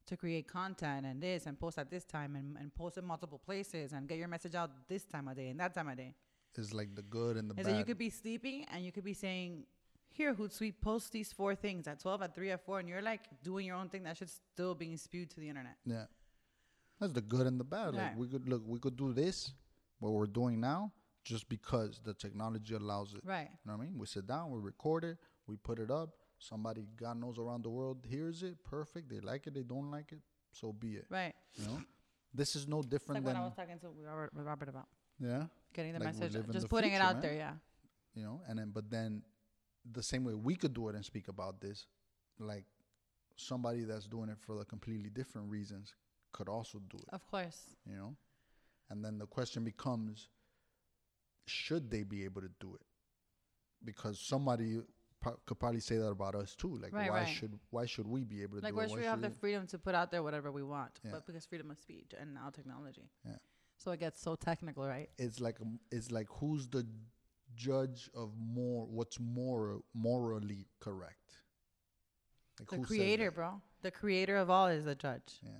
Speaker 6: to create content and this and post at this time and, and post in multiple places and get your message out this time of day and that time of day
Speaker 5: It's like the good and the
Speaker 6: is
Speaker 5: bad.
Speaker 6: that you could be sleeping and you could be saying, "Here, Hootsuite, post these four things at twelve, at three, at four, and you're like doing your own thing that should still being spewed to the internet.
Speaker 5: Yeah. That's the good and the bad.
Speaker 6: Yeah.
Speaker 5: Like we could look, we could do this, what we're doing now, just because the technology allows it.
Speaker 6: Right.
Speaker 5: You know what I mean? We sit down, we record it, we put it up. Somebody God knows around the world hears it, perfect. They like it, they don't like it, so be it.
Speaker 6: Right.
Speaker 5: You know? This is no
Speaker 6: It's
Speaker 5: different
Speaker 6: like what I
Speaker 5: than
Speaker 6: was talking to Robert, with Robert about
Speaker 5: yeah,
Speaker 6: getting the
Speaker 5: Like we
Speaker 6: message,
Speaker 5: live in
Speaker 6: just
Speaker 5: the
Speaker 6: putting it
Speaker 5: future,
Speaker 6: out
Speaker 5: man.
Speaker 6: there. Yeah.
Speaker 5: you know. And then but then the same way we could do it and speak about this, like somebody that's doing it for the completely different reasons could also do it.
Speaker 6: Of course.
Speaker 5: you know and then the question becomes should they be able to do it because somebody po- could probably say that about us too. Like,
Speaker 6: Right,
Speaker 5: why
Speaker 6: right.
Speaker 5: should why should we be able to
Speaker 6: Like,
Speaker 5: do it?
Speaker 6: where should we have the freedom to put out there whatever we want,
Speaker 5: Yeah.
Speaker 6: but because freedom of speech and now technology.
Speaker 5: Yeah.
Speaker 6: So it gets so technical, right?
Speaker 5: it's like um, it's like who's the judge of more what's more morally correct? Like
Speaker 6: The
Speaker 5: who says
Speaker 6: creator,
Speaker 5: that?
Speaker 6: bro. The creator of all is the judge.
Speaker 5: Yeah.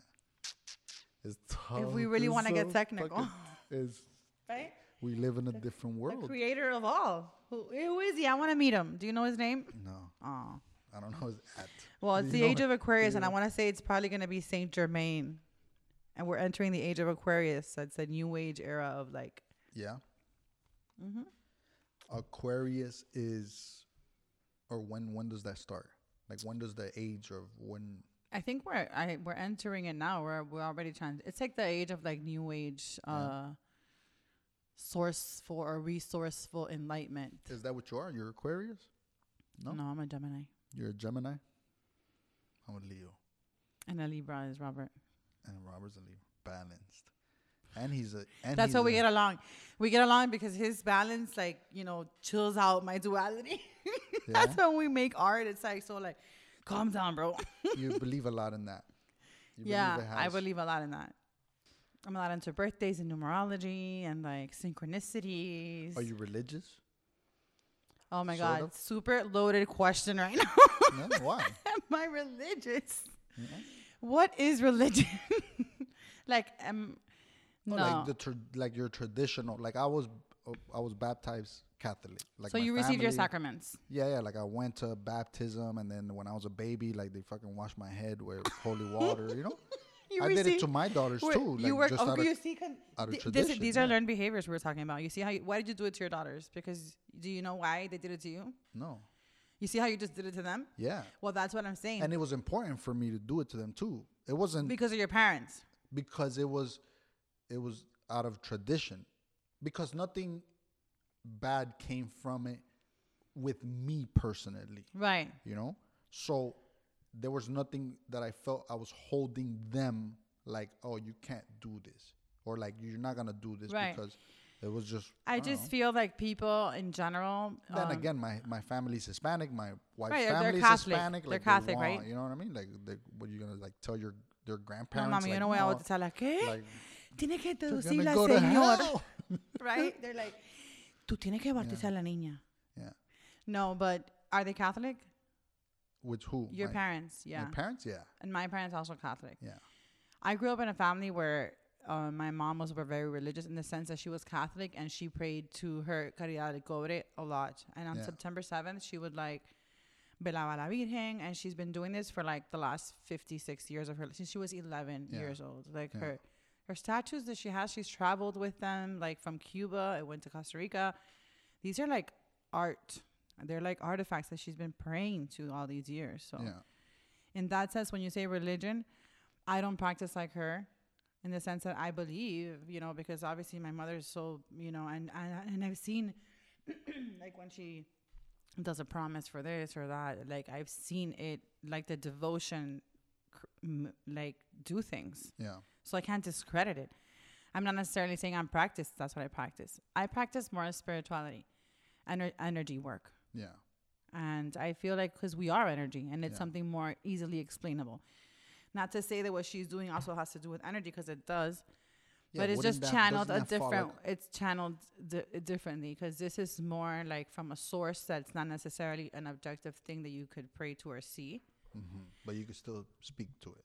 Speaker 5: It's tough.
Speaker 6: we really
Speaker 5: It's
Speaker 6: wanna get
Speaker 5: so
Speaker 6: technical.
Speaker 5: fucking- it's
Speaker 6: Right?
Speaker 5: we live in a different
Speaker 6: *laughs* The
Speaker 5: world.
Speaker 6: creator of all. Who, who is he? I want to meet him. Do you know his name?
Speaker 5: no,
Speaker 6: Oh.
Speaker 5: I don't know. It's at. *laughs*
Speaker 6: Well,
Speaker 5: Do
Speaker 6: it's
Speaker 5: you
Speaker 6: the
Speaker 5: know
Speaker 6: age
Speaker 5: it?
Speaker 6: of Aquarius, and I
Speaker 5: Yeah.
Speaker 6: want to say it's probably going to be Saint Germain, and we're entering the age of Aquarius. That's a new age era of like
Speaker 5: Yeah.
Speaker 6: Mm-hmm.
Speaker 5: Aquarius is, or when when does that start? Like when does the age of when?
Speaker 6: I think we're I, we're entering it now. We're we're already trying. It's like the age of like new age, uh, sourceful or resourceful enlightenment.
Speaker 5: Is that what you are? You're Aquarius. no?
Speaker 6: No, I'm a Gemini,
Speaker 5: You're a Gemini. I'm a Leo,
Speaker 6: and a Libra is Robert.
Speaker 5: and Robert's a Leo. Balanced, and he's a. And
Speaker 6: That's
Speaker 5: he's
Speaker 6: how we
Speaker 5: a-
Speaker 6: get along. We get along because his balance, like you know, chills out my duality. *laughs* That's
Speaker 5: Yeah?
Speaker 6: when we make art. It's like so like, calm down, bro. *laughs*
Speaker 5: you believe a lot in that. You
Speaker 6: yeah,
Speaker 5: it
Speaker 6: I
Speaker 5: has-
Speaker 6: believe a lot in that. I'm a lot into birthdays and numerology and like synchronicities.
Speaker 5: Are you religious?
Speaker 6: Oh my
Speaker 5: Sort
Speaker 6: god,
Speaker 5: of.
Speaker 6: super loaded question right now.
Speaker 5: No, why?
Speaker 6: *laughs* Am I religious?
Speaker 5: Mm-hmm.
Speaker 6: What is religion? *laughs* like, um, no.
Speaker 5: Like the tra- like your traditional. Like I was, I was baptized Catholic. Like
Speaker 6: so
Speaker 5: my
Speaker 6: you received your
Speaker 5: family-
Speaker 6: sacraments.
Speaker 5: Yeah, yeah. Like I went to baptism, and then when I was a baby, like they fucking washed my head with holy water. You know,
Speaker 6: *laughs* You
Speaker 5: I did it to
Speaker 6: received-
Speaker 5: my daughters
Speaker 6: Wait,
Speaker 5: too. Like
Speaker 6: you were
Speaker 5: just
Speaker 6: oh,
Speaker 5: out of-
Speaker 6: you see, con-
Speaker 5: out of
Speaker 6: thi- this-
Speaker 5: tradition,
Speaker 6: these
Speaker 5: yeah.
Speaker 6: are learned behaviors we're talking about. You see how? You, why did you do it to your daughters? Because do you know why they did it to you?
Speaker 5: no,
Speaker 6: You see how you just did it to them?
Speaker 5: yeah.
Speaker 6: Well, that's what I'm saying.
Speaker 5: And it was important for me to do it to them too. It wasn't
Speaker 6: because of your parents.
Speaker 5: because it was it was out of tradition because nothing bad came from it with me personally
Speaker 6: Right.
Speaker 5: you know so there was nothing that i felt i was holding them like oh you can't do this or like you're not gonna do this
Speaker 6: Right.
Speaker 5: because it was just
Speaker 6: I
Speaker 5: don't
Speaker 6: just
Speaker 5: know.
Speaker 6: feel like people in general.
Speaker 5: then
Speaker 6: um,
Speaker 5: again my my family's hispanic my wife's
Speaker 6: Right, they're
Speaker 5: family's
Speaker 6: Catholic.
Speaker 5: hispanic
Speaker 6: They're
Speaker 5: like they
Speaker 6: Catholic,
Speaker 5: want-
Speaker 6: right?
Speaker 5: you know what i mean like they, what you gonna like tell your their
Speaker 6: No,
Speaker 5: grandparents
Speaker 6: mami,
Speaker 5: like,
Speaker 6: yo no voy
Speaker 5: "No,
Speaker 6: a bautizarla. ¿Qué?
Speaker 5: like,
Speaker 6: Tiene que
Speaker 5: "You're
Speaker 6: deducir
Speaker 5: gonna
Speaker 6: la
Speaker 5: go to
Speaker 6: señora.
Speaker 5: hell."
Speaker 6: *laughs* Right? They're like, tú tienes que bautizar la niña.
Speaker 5: yeah
Speaker 6: No, but are they Catholic?
Speaker 5: With who?
Speaker 6: Your
Speaker 5: My-
Speaker 6: parents, yeah.
Speaker 5: My parents, yeah,
Speaker 6: and my parents also Catholic.
Speaker 5: yeah.
Speaker 6: I grew up in a family where uh, my mom was were very religious in the sense that she was Catholic and she prayed to her Caridad de Cobre a lot. And on
Speaker 5: Yeah.
Speaker 6: September 7th, she would like velaba la Virgen. And she's been doing this for like the last 56 years of her life since she was 11
Speaker 5: Yeah.
Speaker 6: years old. Like
Speaker 5: Yeah.
Speaker 6: her her statues that she has, she's traveled with them like from Cuba. It went to Costa Rica. These are like art. They're like artifacts that she's been praying to all these years. So
Speaker 5: Yeah.
Speaker 6: in that sense, when you say religion, I don't practice like her in the sense that I believe, you know, because obviously my mother is so, you know, and and, and I've seen *clears throat* like when she does a promise for this or that, like I've seen it, like the devotion, cr- m- like do things.
Speaker 5: Yeah.
Speaker 6: So I can't discredit it. I'm not necessarily saying I'm practiced. That's what I practice. I practice more spirituality, ener- energy work.
Speaker 5: Yeah.
Speaker 6: And I feel like because we are energy and it's
Speaker 5: Yeah.
Speaker 6: something more easily explainable. Not to say that what she's doing also has to do with energy because it does,
Speaker 5: Yeah,
Speaker 6: but it's
Speaker 5: wouldn't
Speaker 6: just
Speaker 5: that-
Speaker 6: channeled a
Speaker 5: doesn't that fall
Speaker 6: different.
Speaker 5: out-
Speaker 6: It's channeled di- differently because this is more like from a source that's not necessarily an objective thing that you could pray to or see.
Speaker 5: Mhm. But you could still speak to it,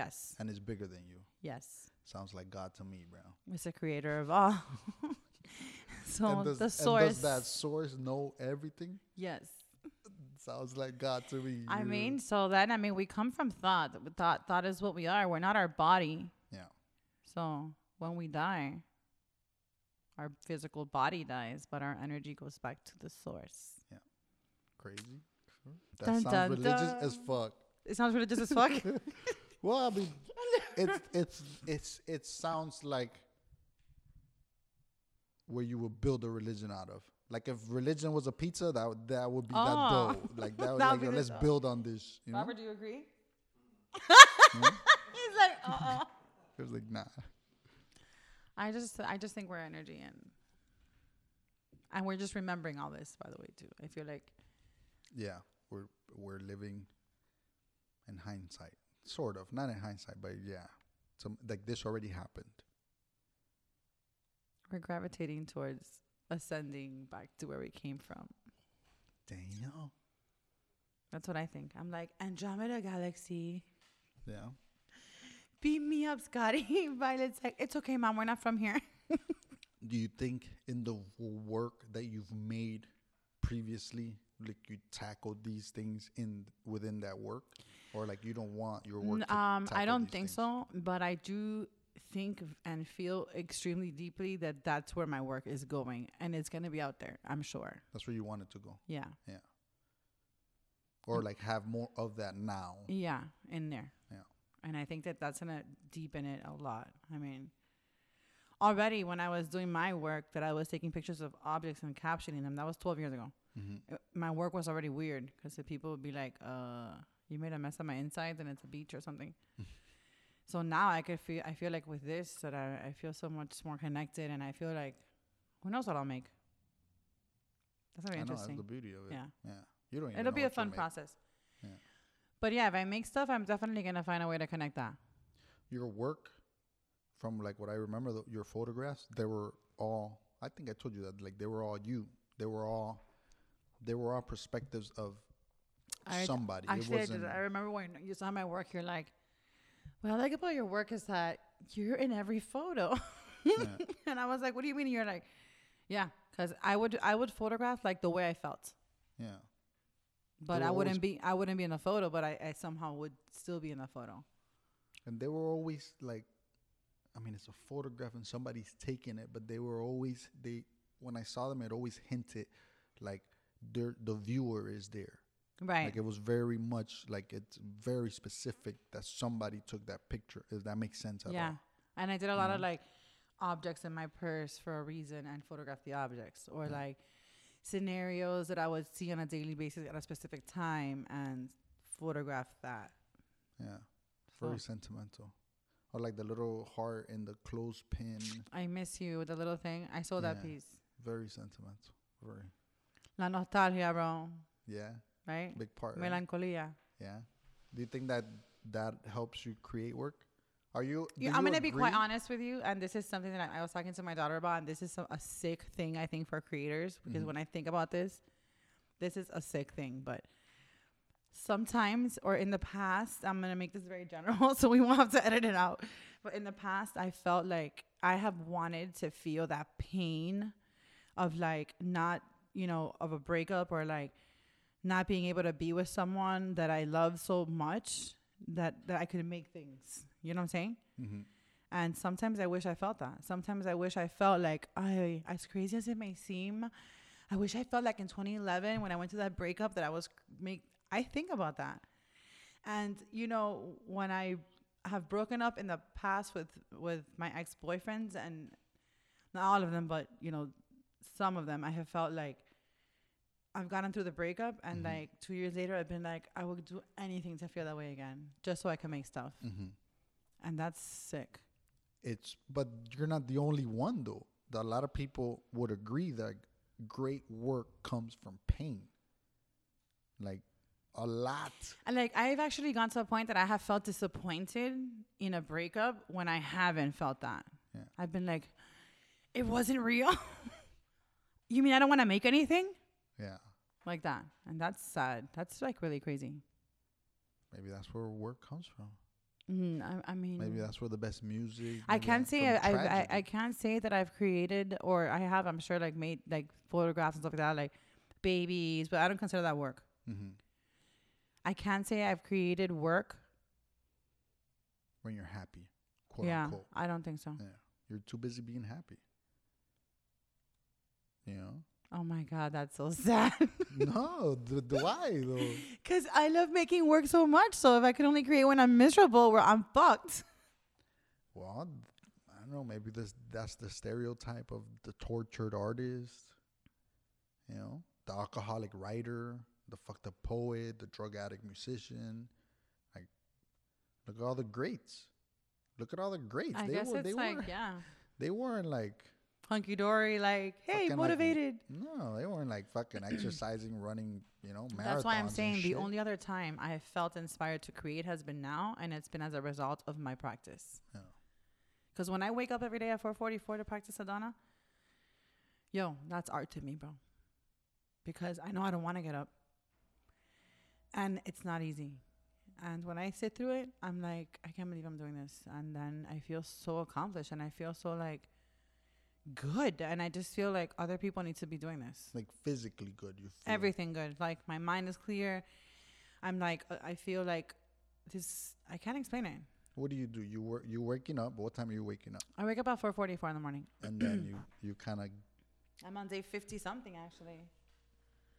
Speaker 6: Yes,
Speaker 5: and it's bigger than you.
Speaker 6: yes,
Speaker 5: Sounds like God to me, bro.
Speaker 6: it's the creator of all. *laughs* so
Speaker 5: and does,
Speaker 6: Oh, the
Speaker 5: And
Speaker 6: source.
Speaker 5: does that source know everything?
Speaker 6: yes.
Speaker 5: Sounds like God to me.
Speaker 6: I
Speaker 5: you-
Speaker 6: mean, so then I mean, we come from thought. Thought, thought is what we are. We're not our body.
Speaker 5: Yeah.
Speaker 6: So when we die, our physical body dies, but our energy goes back to the source.
Speaker 5: Crazy. That
Speaker 6: Dun,
Speaker 5: sounds
Speaker 6: dun,
Speaker 5: religious as
Speaker 6: dun.
Speaker 5: fuck.
Speaker 6: It sounds religious as fuck.
Speaker 5: Well, I
Speaker 6: *laughs*
Speaker 5: mean, it's it's it's it sounds like where you would build a religion out of. Like if religion was a pizza, that would- that would be
Speaker 6: Oh.
Speaker 5: that dough. Like
Speaker 6: *laughs*
Speaker 5: that, would
Speaker 6: That
Speaker 5: like
Speaker 6: would
Speaker 5: yo,
Speaker 6: be the
Speaker 5: let's
Speaker 6: dough.
Speaker 5: build on this. You know,
Speaker 6: Robert, do you agree? *laughs* He's like, uh-uh.
Speaker 5: it was like nah.
Speaker 6: I just, I just think we're energy, and and we're just remembering all this. By the way, too, I feel like
Speaker 5: yeah, we're we're living in hindsight, sort of, not in hindsight, but yeah, some like this already happened.
Speaker 6: We're gravitating towards ascending back to where we came from.
Speaker 5: Damn.
Speaker 6: That's what I think. I'm like Andromeda Galaxy.
Speaker 5: Yeah.
Speaker 6: Beat me up, Scotty. *laughs* Violet's like, it's okay, mom. We're not from here.
Speaker 5: Do you think in the work that you've made previously, like you tackled these things in within that work, or like you don't want your work?
Speaker 6: N-
Speaker 5: to
Speaker 6: Um, I
Speaker 5: tackle
Speaker 6: don't
Speaker 5: these
Speaker 6: think
Speaker 5: things?
Speaker 6: so, but I do think v- and feel extremely deeply that that's where my work is going, and it's gonna be out there. I'm sure.
Speaker 5: That's where you want it to go,
Speaker 6: Yeah,
Speaker 5: or like have more of that now.
Speaker 6: yeah, in there.
Speaker 5: Yeah.
Speaker 6: And I think that that's gonna deepen it a lot. I mean, already when I was doing my work, that I was taking pictures of objects and captioning them. That was 12 years ago.
Speaker 5: hmm
Speaker 6: Uh, My work was already weird because the people would be like, "Uh, you made a mess of my insides, and it's a beach or
Speaker 5: *laughs*
Speaker 6: something." so now I could feel. I feel like with this that I, I feel so much more connected, and I feel like, who knows what I'll make. That's
Speaker 5: I
Speaker 6: very
Speaker 5: know that's
Speaker 6: interesting.
Speaker 5: the beauty of it.
Speaker 6: Yeah.
Speaker 5: Yeah. You don't. Even
Speaker 6: It'll
Speaker 5: know
Speaker 6: be a
Speaker 5: what you'll
Speaker 6: fun
Speaker 5: make.
Speaker 6: process.
Speaker 5: Yeah.
Speaker 6: But yeah, if I make stuff, I'm definitely gonna find a way to connect that.
Speaker 5: your work from like what I remember the, your photographs they were all I think I told you that like they were all you they were all they were all perspectives of
Speaker 6: I-
Speaker 5: somebody
Speaker 6: Actually, I,
Speaker 5: it
Speaker 6: did,
Speaker 5: wasn't
Speaker 6: I remember when you saw my work, you're like, "What I like about your work is that you're in every photo," *laughs* and I was like, "What do you mean?" And you're like, "Yeah, because I would I would photograph like the way I felt,
Speaker 5: yeah
Speaker 6: but
Speaker 5: were
Speaker 6: I
Speaker 5: always-
Speaker 6: wouldn't be I wouldn't be in the photo, but I, I somehow would still be in the photo.
Speaker 5: and they were always like I mean it's a photograph and somebody's taking it but they were always they when I saw them it always hinted like their the viewer is there
Speaker 6: Right?
Speaker 5: like it was very much like it's very specific that somebody took that picture if that makes sense at
Speaker 6: yeah.
Speaker 5: all Mm-hmm.
Speaker 6: And I did a lot of like objects in my purse for a reason and photograph the objects or like scenarios that I would see on a daily basis at a specific time and photograph that.
Speaker 5: yeah Very
Speaker 6: So-
Speaker 5: sentimental. Or like the little heart and the clothespin.
Speaker 6: I miss you, the little thing. I saw
Speaker 5: Yeah.
Speaker 6: that piece.
Speaker 5: Very sentimental. Very.
Speaker 6: La nostalgia, bro.
Speaker 5: Yeah.
Speaker 6: Right?
Speaker 5: Big part. right?
Speaker 6: Melancholia.
Speaker 5: Yeah. Do you think that that helps you create work? Are you? do
Speaker 6: Yeah, I'm
Speaker 5: you
Speaker 6: going to be quite
Speaker 5: agree?
Speaker 6: honest with you. And this is something that I, I was talking to my daughter about. And this is so- a sick thing, I think, for creators. Because
Speaker 5: Mm-hmm.
Speaker 6: when I think about this, this is a sick thing. But sometimes, or in the past, I'm going to make this very general *laughs* so we won't have to edit it out. But in the past, I felt like I have wanted to feel that pain of like not, you know, of a breakup or like not being able to be with someone that I love so much that, that I could make things. You know what I'm saying? And sometimes I wish I felt that. Sometimes I wish I felt like I, as crazy as it may seem, I wish I felt like in 2011 when I went to that breakup that I was c- make. I think about that, and you know when I have broken up in the past with with my ex boyfriends and not all of them, but you know some of them, I have felt like I've gotten through the breakup, and like two years later, I've been like I would do anything to feel that way again, just so I can make stuff, and that's sick.
Speaker 5: It's but you're not the only one though. That a lot of people would agree that great work comes from pain. Like a lot.
Speaker 6: And, Like I've actually gone to a point that I have felt disappointed in a breakup when I haven't felt that.
Speaker 5: Yeah.
Speaker 6: I've been like, it wasn't real. *laughs* you mean I don't want to make anything
Speaker 5: Yeah.
Speaker 6: like that? And that's sad. That's like really crazy.
Speaker 5: Maybe that's where work comes from.
Speaker 6: Mm, I, I mean,
Speaker 5: Maybe that's where the best music.
Speaker 6: I
Speaker 5: maybe
Speaker 6: can't
Speaker 5: that's
Speaker 6: say I,
Speaker 5: from
Speaker 6: I, I I
Speaker 5: tragedy.
Speaker 6: can't say that I've created or I have. I'm sure like made like photographs and stuff like that, like babies. But I don't consider that work.
Speaker 5: Mhm.
Speaker 6: I can't say I've created work.
Speaker 5: when you're happy, quote
Speaker 6: yeah,
Speaker 5: unquote.
Speaker 6: I don't think so.
Speaker 5: Yeah. You're too busy being happy. You
Speaker 6: *laughs*
Speaker 5: know?
Speaker 6: Oh my god, that's so *laughs* sad.
Speaker 5: no, do, do I though?
Speaker 6: Because I love making work so much. So if I could only create when I'm miserable, where I'm fucked.
Speaker 5: Well, I don't know. Maybe this that's the stereotype of the tortured artist. You know, the alcoholic writer, the fucked up poet, the drug addict musician. Like, look at all the greats. Look at all the greats.
Speaker 6: I
Speaker 5: they
Speaker 6: guess
Speaker 5: were,
Speaker 6: it's
Speaker 5: they
Speaker 6: like,
Speaker 5: were,
Speaker 6: yeah.
Speaker 5: they weren't like
Speaker 6: hunky dory, like, hey,
Speaker 5: Fucking, like,
Speaker 6: motivated.
Speaker 5: no, they weren't like fucking exercising, running, you know, marathons.
Speaker 6: That's why I'm
Speaker 5: and
Speaker 6: saying the
Speaker 5: shit.
Speaker 6: only other time I have felt inspired to create has been now, and it's been as a result of my practice.
Speaker 5: Yeah.
Speaker 6: Because when I wake up every day at 4:44 to practice Adana, yo, that's art to me, bro. Because I know I don't want to get up, and it's not easy. And when I sit through it, I'm like, I can't believe I'm doing this. And then I feel so accomplished, and I feel so like good, and I just feel like other people need to be doing this
Speaker 5: like physically good. You feel
Speaker 6: everything good. Like my mind is clear. I'm like uh, I feel like this. I can't explain it.
Speaker 5: What do you do? You work. You waking up. What time are you waking up?
Speaker 6: I wake up at 4:44 in the morning.
Speaker 5: And then you you kind of
Speaker 6: I'm on day 50 something actually.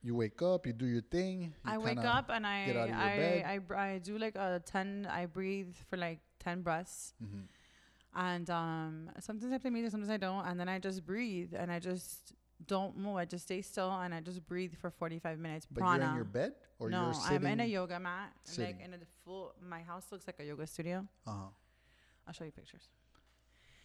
Speaker 5: you wake up. You do your thing. you
Speaker 6: I wake
Speaker 5: kinda
Speaker 6: up and I
Speaker 5: get out of your bed.
Speaker 6: I, I br- I do like a 10. I breathe for like 10 breaths.
Speaker 5: Mm-hmm.
Speaker 6: And um, sometimes I play music, sometimes I don't, and then I just breathe and I just don't move. I just stay still and I just breathe for 45 minutes.
Speaker 5: But you're in
Speaker 6: Prana.
Speaker 5: your bed or
Speaker 6: no,
Speaker 5: you're sitting.
Speaker 6: I'm in a yoga mat.
Speaker 5: sitting?
Speaker 6: Like in a full. My house looks like a yoga studio.
Speaker 5: Uh-huh.
Speaker 6: I'll show you pictures.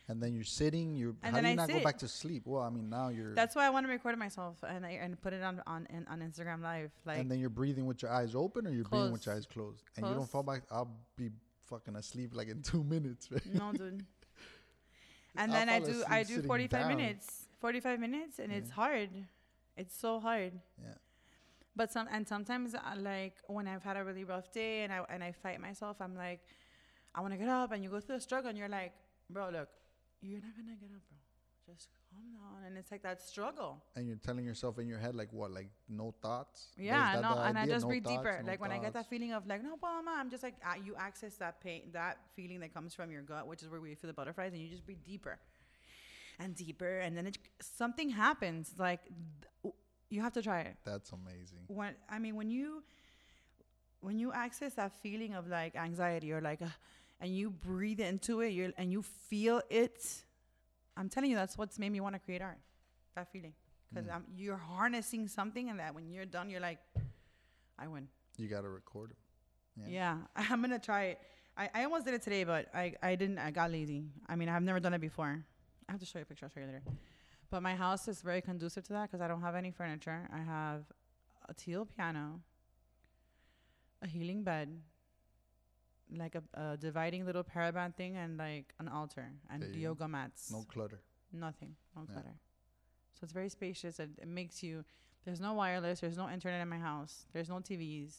Speaker 5: And then you're sitting. You
Speaker 6: And
Speaker 5: how do
Speaker 6: then
Speaker 5: you
Speaker 6: I
Speaker 5: not go
Speaker 6: sit.
Speaker 5: back to sleep? Well, I mean now you're.
Speaker 6: That's why I want to record it myself and I, and put it on on in- on Instagram Live. Like
Speaker 5: and then you're breathing with your eyes open or you're breathing with your eyes
Speaker 6: Closed.
Speaker 5: closed. And you don't
Speaker 6: Closed.
Speaker 5: fall back. I'll be fucking asleep like in two *laughs* minutes. right?
Speaker 6: no,
Speaker 5: *laughs*
Speaker 6: dude. And
Speaker 5: I'll
Speaker 6: then I
Speaker 5: fall
Speaker 6: do
Speaker 5: asleep
Speaker 6: I do
Speaker 5: sitting
Speaker 6: 45
Speaker 5: down.
Speaker 6: minutes, 45 minutes, and it's hard. It's so hard.
Speaker 5: Yeah.
Speaker 6: But some and sometimes I, like when I've had a really rough day and I and I fight myself, I'm like, I want to get up, and you go through a struggle, and you're like, bro, look, you're not gonna get up, bro. Just calm down, and it's like that struggle.
Speaker 5: And you're telling yourself in your head like what? Like no thoughts. Is
Speaker 6: Yeah,
Speaker 5: that
Speaker 6: no,
Speaker 5: the
Speaker 6: and I
Speaker 5: idea?
Speaker 6: just
Speaker 5: No
Speaker 6: breathe
Speaker 5: thoughts,
Speaker 6: deeper.
Speaker 5: no
Speaker 6: like when I get that
Speaker 5: thoughts?
Speaker 6: feeling of like, no, Paloma, I'm just like uh, you access that pain, that feeling that comes from your gut, which is where we feel the butterflies, and you just breathe deeper and deeper, and then it, something happens. Like th- you have to try it.
Speaker 5: That's amazing.
Speaker 6: When I mean, when you when you access that feeling of like anxiety or like, uh, and you breathe into it, you're and you feel it. I'm telling you, that's what's made me want to create art. That feeling, because I'm you're harnessing something, and that when you're done, you're like, I win.
Speaker 5: You got to record it.
Speaker 6: Yeah, *laughs* I'm gonna try it. I, I almost did it today, but I, I didn't. I got lazy. I mean, I've never done it before. I have to show you a picture. I'll show you later. But my house is very conducive to that because I don't have any furniture. I have a teal piano, a healing bed, like a, a dividing little paraband thing, and like an altar and
Speaker 5: There you go.
Speaker 6: yoga mats.
Speaker 5: No clutter.
Speaker 6: Nothing. No clutter. So it's very spacious. It, it makes you. There's no wireless. There's no internet in my house. There's no TVs.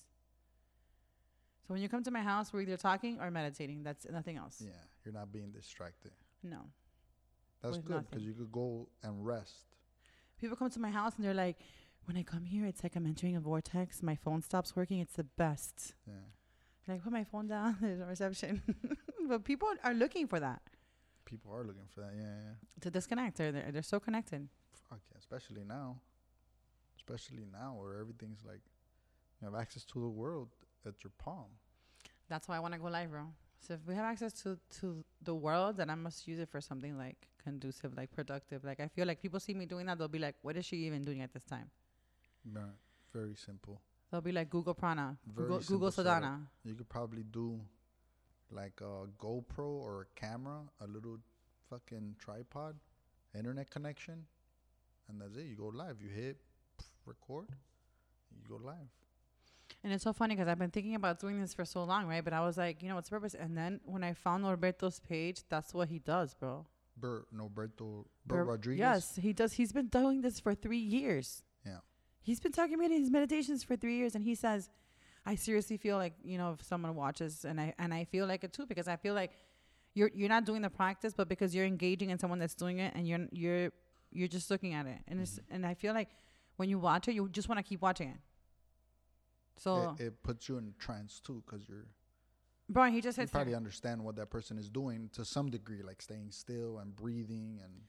Speaker 6: So when you come to my house, we're either talking or meditating. That's nothing else.
Speaker 5: Yeah, you're not being distracted.
Speaker 6: No.
Speaker 5: That's
Speaker 6: With
Speaker 5: good because
Speaker 6: nothing.
Speaker 5: you could go and rest.
Speaker 6: People come to my house and they're like, "When I come here, it's like I'm entering a vortex. My phone stops working. It's the best."
Speaker 5: Yeah.
Speaker 6: Like, put my phone down. *laughs* There's no reception. but people are looking for that
Speaker 5: People are looking for that. Yeah, yeah.
Speaker 6: to disconnect. They're they're, they're so connected.
Speaker 5: Fuck yeah, especially now. Especially now where everything's like you have access to the world at your palm.
Speaker 6: That's why I want to go live, bro. So if we have access to to the world, then I must use it for something like conducive, like productive. Like I feel like people see me doing that, they'll be like, "What is she even doing at this time?"
Speaker 5: Right. Very simple.
Speaker 6: They'll be like, "Google Prana,
Speaker 5: Very
Speaker 6: Google,
Speaker 5: simple
Speaker 6: Google
Speaker 5: setup.
Speaker 6: Sadhana."
Speaker 5: You could probably do like a GoPro or a camera, a little fucking tripod, internet connection, and that's it. You go live. You hit pff, record, you go live.
Speaker 6: And it's so funny because I've been thinking about doing this for so long, right? But I was like, you know, what's the purpose? And then when I found Norberto's page, that's what he does, bro.
Speaker 5: Bert Norberto Bert
Speaker 6: Bur-
Speaker 5: Rodriguez.
Speaker 6: Yes, he does. He's been doing this for three years.
Speaker 5: Yeah.
Speaker 6: He's been talking about his meditations for three years, and he says, "I seriously feel like you know if someone watches, and I and I feel like it too because I feel like you're you're not doing the practice, but because you're engaging in someone that's doing it, and you're you're you're just looking at it, and it's
Speaker 5: Mm-hmm.
Speaker 6: and I feel like when you watch it, you just want to keep watching it. So, Oh.
Speaker 5: It, it puts you in a trance too, because you're
Speaker 6: bro, he just
Speaker 5: you
Speaker 6: said
Speaker 5: probably understand what that person is doing to some degree, like staying still and breathing and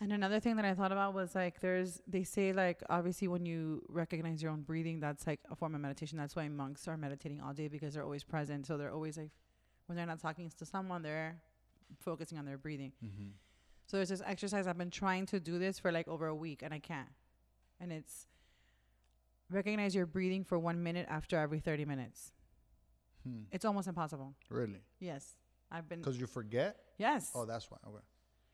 Speaker 6: And another thing that I thought about was like there's they say like obviously when you recognize your own breathing that's like a form of meditation. That's why monks are meditating all day because they're always present. So they're always like when they're not talking to someone, they're focusing on their breathing. So there's this exercise I've been trying to do this for like over a week and I can't. And it's recognize your breathing for 1 minute after every 30 minutes.
Speaker 5: hmm.
Speaker 6: It's almost impossible.
Speaker 5: really
Speaker 6: Yes. I've been
Speaker 5: because you forget.
Speaker 6: Yes.
Speaker 5: Oh, that's why. Okay.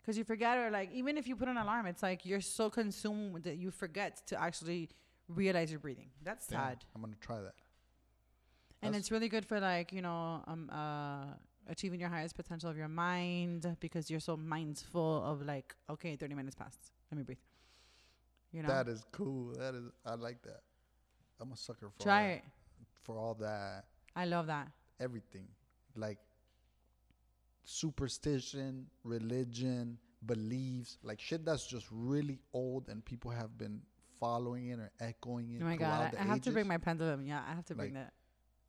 Speaker 6: Cuz because you forget or like even if you put an alarm, it's like you're so consumed with it, you forget to actually realize you're breathing. That's
Speaker 5: Damn,
Speaker 6: sad,
Speaker 5: I'm gonna try that.
Speaker 6: and
Speaker 5: That's-
Speaker 6: it's really good for like you know um uh achieving your highest potential of your mind because you're so mindful of like okay, thirty minutes passed, let me breathe. You know,
Speaker 5: That is cool. That is I like that. I'm a sucker for
Speaker 6: try
Speaker 5: all
Speaker 6: it.
Speaker 5: that- for all that
Speaker 6: I love that.
Speaker 5: everything like superstition, religion, beliefs, like shit that's just really old and people have been following it or echoing it.
Speaker 6: Oh my
Speaker 5: throughout
Speaker 6: god,
Speaker 5: the
Speaker 6: I, I have to bring
Speaker 5: ages.
Speaker 6: my pendulum. Yeah, I have to bring
Speaker 5: Like,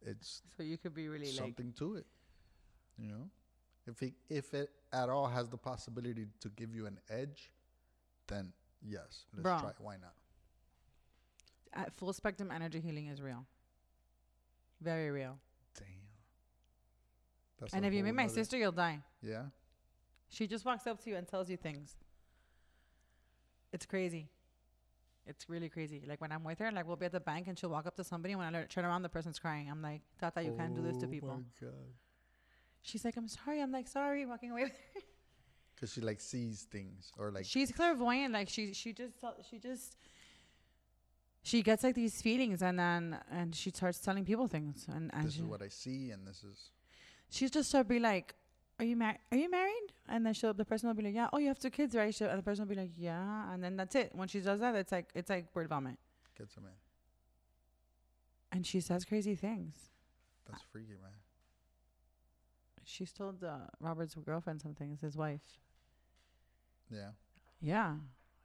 Speaker 6: that.
Speaker 5: It's
Speaker 6: So you could be really *laughs* like
Speaker 5: something to it. You know, if it if it at all has the possibility to give you an edge, then yes, let's
Speaker 6: Bro.
Speaker 5: try it. Why not?
Speaker 6: uh, full spectrum energy healing is real. Very real.
Speaker 5: Damn. That's
Speaker 6: and
Speaker 5: a
Speaker 6: if you meet
Speaker 5: whole
Speaker 6: my
Speaker 5: nother-
Speaker 6: sister, you'll die.
Speaker 5: yeah,
Speaker 6: She just walks up to you and tells you things. It's crazy. It's really crazy. Like when I'm with her, like we'll be at the bank and she'll walk up to somebody and when I let- turn around, the person's crying. I'm like, Tata, you can't do this to
Speaker 5: Oh
Speaker 6: people.
Speaker 5: My God,
Speaker 6: She's like, I'm sorry. I'm like, sorry, walking away. with her.
Speaker 5: because she like sees things or like
Speaker 6: She's clairvoyant. Like she, she just, tell- she just, she gets like these feelings and then, and she starts telling people things. And, and
Speaker 5: this
Speaker 6: she,
Speaker 5: is what I see and this is
Speaker 6: she's just sort of be like, "Are you married? Are you married?" And then she'll the person will be like, "Yeah." Oh, you have two kids, right? She'll, and the person will be like, "Yeah." And then that's it. When she does that, it's like it's like word vomit,
Speaker 5: gets a man.
Speaker 6: and she says crazy things.
Speaker 5: That's freaky, man.
Speaker 6: She's told uh, Robert's girlfriend some things, his wife.
Speaker 5: Yeah.
Speaker 6: Yeah,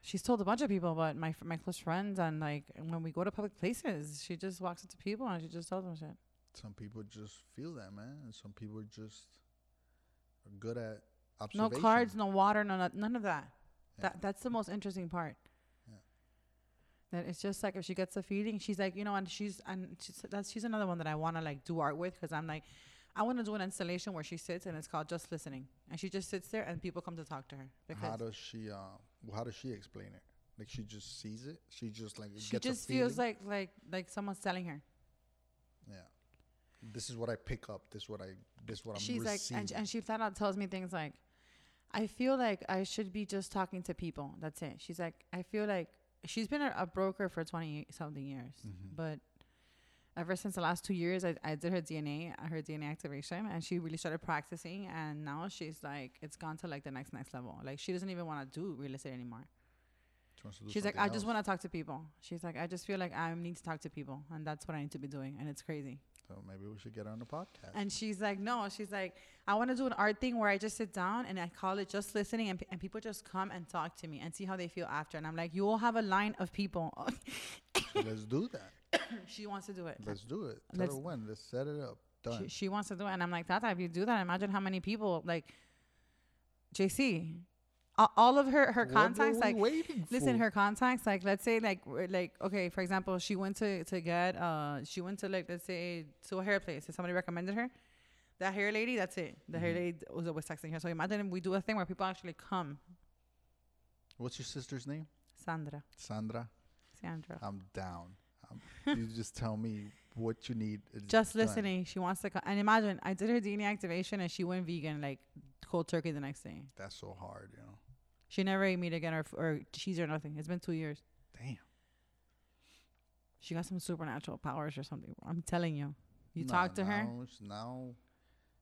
Speaker 6: she's told a bunch of people, but my fr- my close friends and like when we go to public places, she just walks up to people and she just tells them shit.
Speaker 5: Some people just feel that, man. And some people just are good at
Speaker 6: No
Speaker 5: observation.
Speaker 6: cards, no water, no no- none of that.
Speaker 5: Yeah.
Speaker 6: That that's the most interesting part.
Speaker 5: Yeah.
Speaker 6: That it's just like if she gets a feeling, she's like, you know, and she's and she's that's she's another one that I want to like do art with because I'm like, I want to do an installation where she sits and it's called just listening, and she just sits there and people come to talk to her
Speaker 5: How
Speaker 6: because
Speaker 5: does she um how does she explain it? Like she just sees it? She just like
Speaker 6: she
Speaker 5: gets a
Speaker 6: just feels
Speaker 5: feeling?
Speaker 6: like like like someone's telling her.
Speaker 5: Yeah. This is what I pick up. This is what I this is what I'm
Speaker 6: she's like,
Speaker 5: receiving.
Speaker 6: and, and she flat out tells me things like, I feel like I should be just talking to people. That's it. She's like, I feel like she's been a, a broker for 20 something years,
Speaker 5: Mm-hmm.
Speaker 6: but ever since the last two years, I, I did her DNA, uh, her DNA activation, and she really started practicing. And now she's like, it's gone to like the next, next level. Like, she doesn't even want to do real estate anymore.
Speaker 5: She wants to do
Speaker 6: She's like,
Speaker 5: something
Speaker 6: I just
Speaker 5: else.
Speaker 6: want to talk to people. She's like, I just feel like I need to talk to people, and that's what I need to be doing. And it's crazy.
Speaker 5: So maybe we should get her on the podcast.
Speaker 6: And she's like, no, she's like, I want to do an art thing where I just sit down and I call it just listening, and, pe- and people just come and talk to me and see how they feel after. And I'm like, you will have a line of people. *laughs*
Speaker 5: So let's do that.
Speaker 6: she wants to do it.
Speaker 5: Let's do it. Tell
Speaker 6: Let's-
Speaker 5: her when. Let's set it up. Done.
Speaker 6: She, she wants to do it. And I'm like, Tata, if you do that, imagine how many people, like, JC, a- all of her, her
Speaker 5: What were
Speaker 6: contacts,
Speaker 5: we
Speaker 6: like,
Speaker 5: waiting
Speaker 6: listen,
Speaker 5: for?
Speaker 6: her contacts, like, let's say, like, we're- like, okay, for example, she went to, to get, uh, she went to, like, let's say, to a hair place and somebody recommended her. That hair lady, that's it. The
Speaker 5: Mm-hmm.
Speaker 6: hair lady was, was texting her. So imagine if we do a thing where people actually come.
Speaker 5: What's your sister's name?
Speaker 6: Sandra.
Speaker 5: Sandra.
Speaker 6: Sandra.
Speaker 5: I'm down. i
Speaker 6: *laughs*
Speaker 5: you just tell me what you need. It's
Speaker 6: just
Speaker 5: done.
Speaker 6: listening. She wants to come. And imagine, I did her DNA activation and she went vegan, like, cold turkey the next day.
Speaker 5: That's so hard, you know.
Speaker 6: She never ate meat again or, f- or cheese or nothing. It's been two years.
Speaker 5: Damn.
Speaker 6: She got some supernatural powers or something. I'm telling you. You talk to her.
Speaker 5: now sh- Now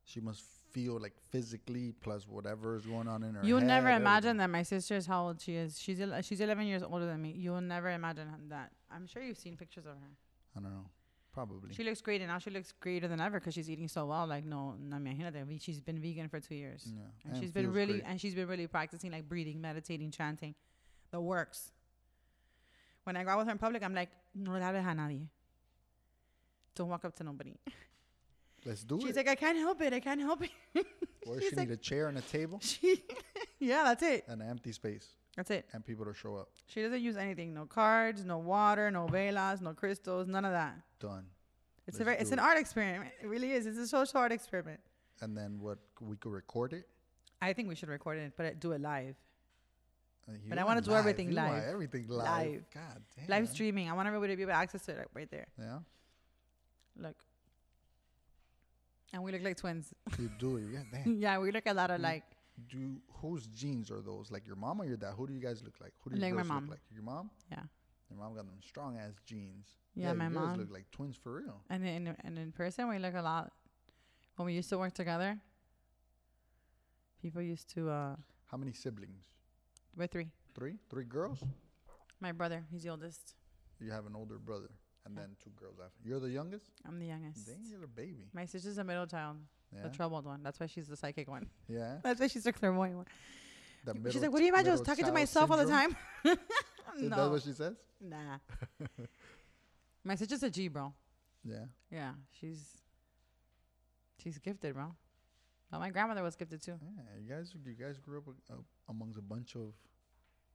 Speaker 5: she must feel like physically plus whatever is going on in her
Speaker 6: You'll
Speaker 5: head,
Speaker 6: never imagine
Speaker 5: everything.
Speaker 6: that my sister is how old she is. She's el- she's 11 years older than me. You'll never imagine that. I'm sure you've seen pictures of her.
Speaker 5: I don't know. Probably.
Speaker 6: She looks great, and now she looks greater than ever because she's eating so well. Like no, no, imagínate. we- She's been vegan for two years,
Speaker 5: yeah.
Speaker 6: and, she's been
Speaker 5: feels
Speaker 6: really
Speaker 5: great.
Speaker 6: and she's been really practicing like breathing, meditating, chanting, the works. When I go out with her in public, I'm like, no la dejes a nadie. Don't walk up to nobody.
Speaker 5: Let's do
Speaker 6: She's
Speaker 5: it.
Speaker 6: like, I can't help it. I can't help it.
Speaker 5: *laughs* or
Speaker 6: she's
Speaker 5: she
Speaker 6: like-
Speaker 5: need a chair and a table
Speaker 6: *laughs* She, yeah, that's it.
Speaker 5: and an empty space
Speaker 6: That's it.
Speaker 5: and people to show up.
Speaker 6: She doesn't use anything. No cards, no water, no velas, no crystals, none of that.
Speaker 5: Done.
Speaker 6: It's a
Speaker 5: Let's
Speaker 6: very, it's
Speaker 5: do
Speaker 6: an
Speaker 5: it.
Speaker 6: art experiment. It really is. It's a social art experiment.
Speaker 5: And then what? We could record it.
Speaker 6: I think we should record it, but do it live.
Speaker 5: And Uh, you
Speaker 6: But I wanna
Speaker 5: want
Speaker 6: do everything
Speaker 5: You want
Speaker 6: live.
Speaker 5: Everything live.
Speaker 6: Live.
Speaker 5: God damn.
Speaker 6: Live streaming. I want everybody to be able to access to it like, right there.
Speaker 5: Yeah.
Speaker 6: Look. And we look like twins. *laughs*
Speaker 5: You do it. Yeah. Damn.
Speaker 6: yeah, we look a lot of like
Speaker 5: Do whose genes are those? Like your mom or your dad? Who do you guys look like? Who do you
Speaker 6: Like my
Speaker 5: girls
Speaker 6: mom.
Speaker 5: look like? Your mom?
Speaker 6: Yeah.
Speaker 5: Your mom got them strong ass genes.
Speaker 6: Yeah, my
Speaker 5: you guys
Speaker 6: mom.
Speaker 5: look like twins for real.
Speaker 6: And in and in person we look a lot. When we used to work together, people used to uh
Speaker 5: How many siblings?
Speaker 6: we're three.
Speaker 5: Three? Three girls?
Speaker 6: My brother, he's the oldest.
Speaker 5: You have an older brother and then two girls after. You're the youngest?
Speaker 6: I'm the youngest.
Speaker 5: Dang, you're a baby.
Speaker 6: My sister's the middle child,
Speaker 5: Yeah.
Speaker 6: the troubled one. That's why she's the psychic one.
Speaker 5: yeah.
Speaker 6: *laughs* That's why she's the clairvoyant one.
Speaker 5: That
Speaker 6: she's
Speaker 5: middle-
Speaker 6: like, "What do you imagine? I was
Speaker 5: middle
Speaker 6: talking to
Speaker 5: child
Speaker 6: myself all the
Speaker 5: syndrome?
Speaker 6: time." *laughs*
Speaker 5: Is
Speaker 6: no,
Speaker 5: that what she says?
Speaker 6: nah. *laughs* My sister's a G, bro.
Speaker 5: Yeah.
Speaker 6: Yeah, she's she's gifted, bro. But my grandmother was gifted too.
Speaker 5: Yeah, you guys, you guys grew up a, a, amongst a bunch of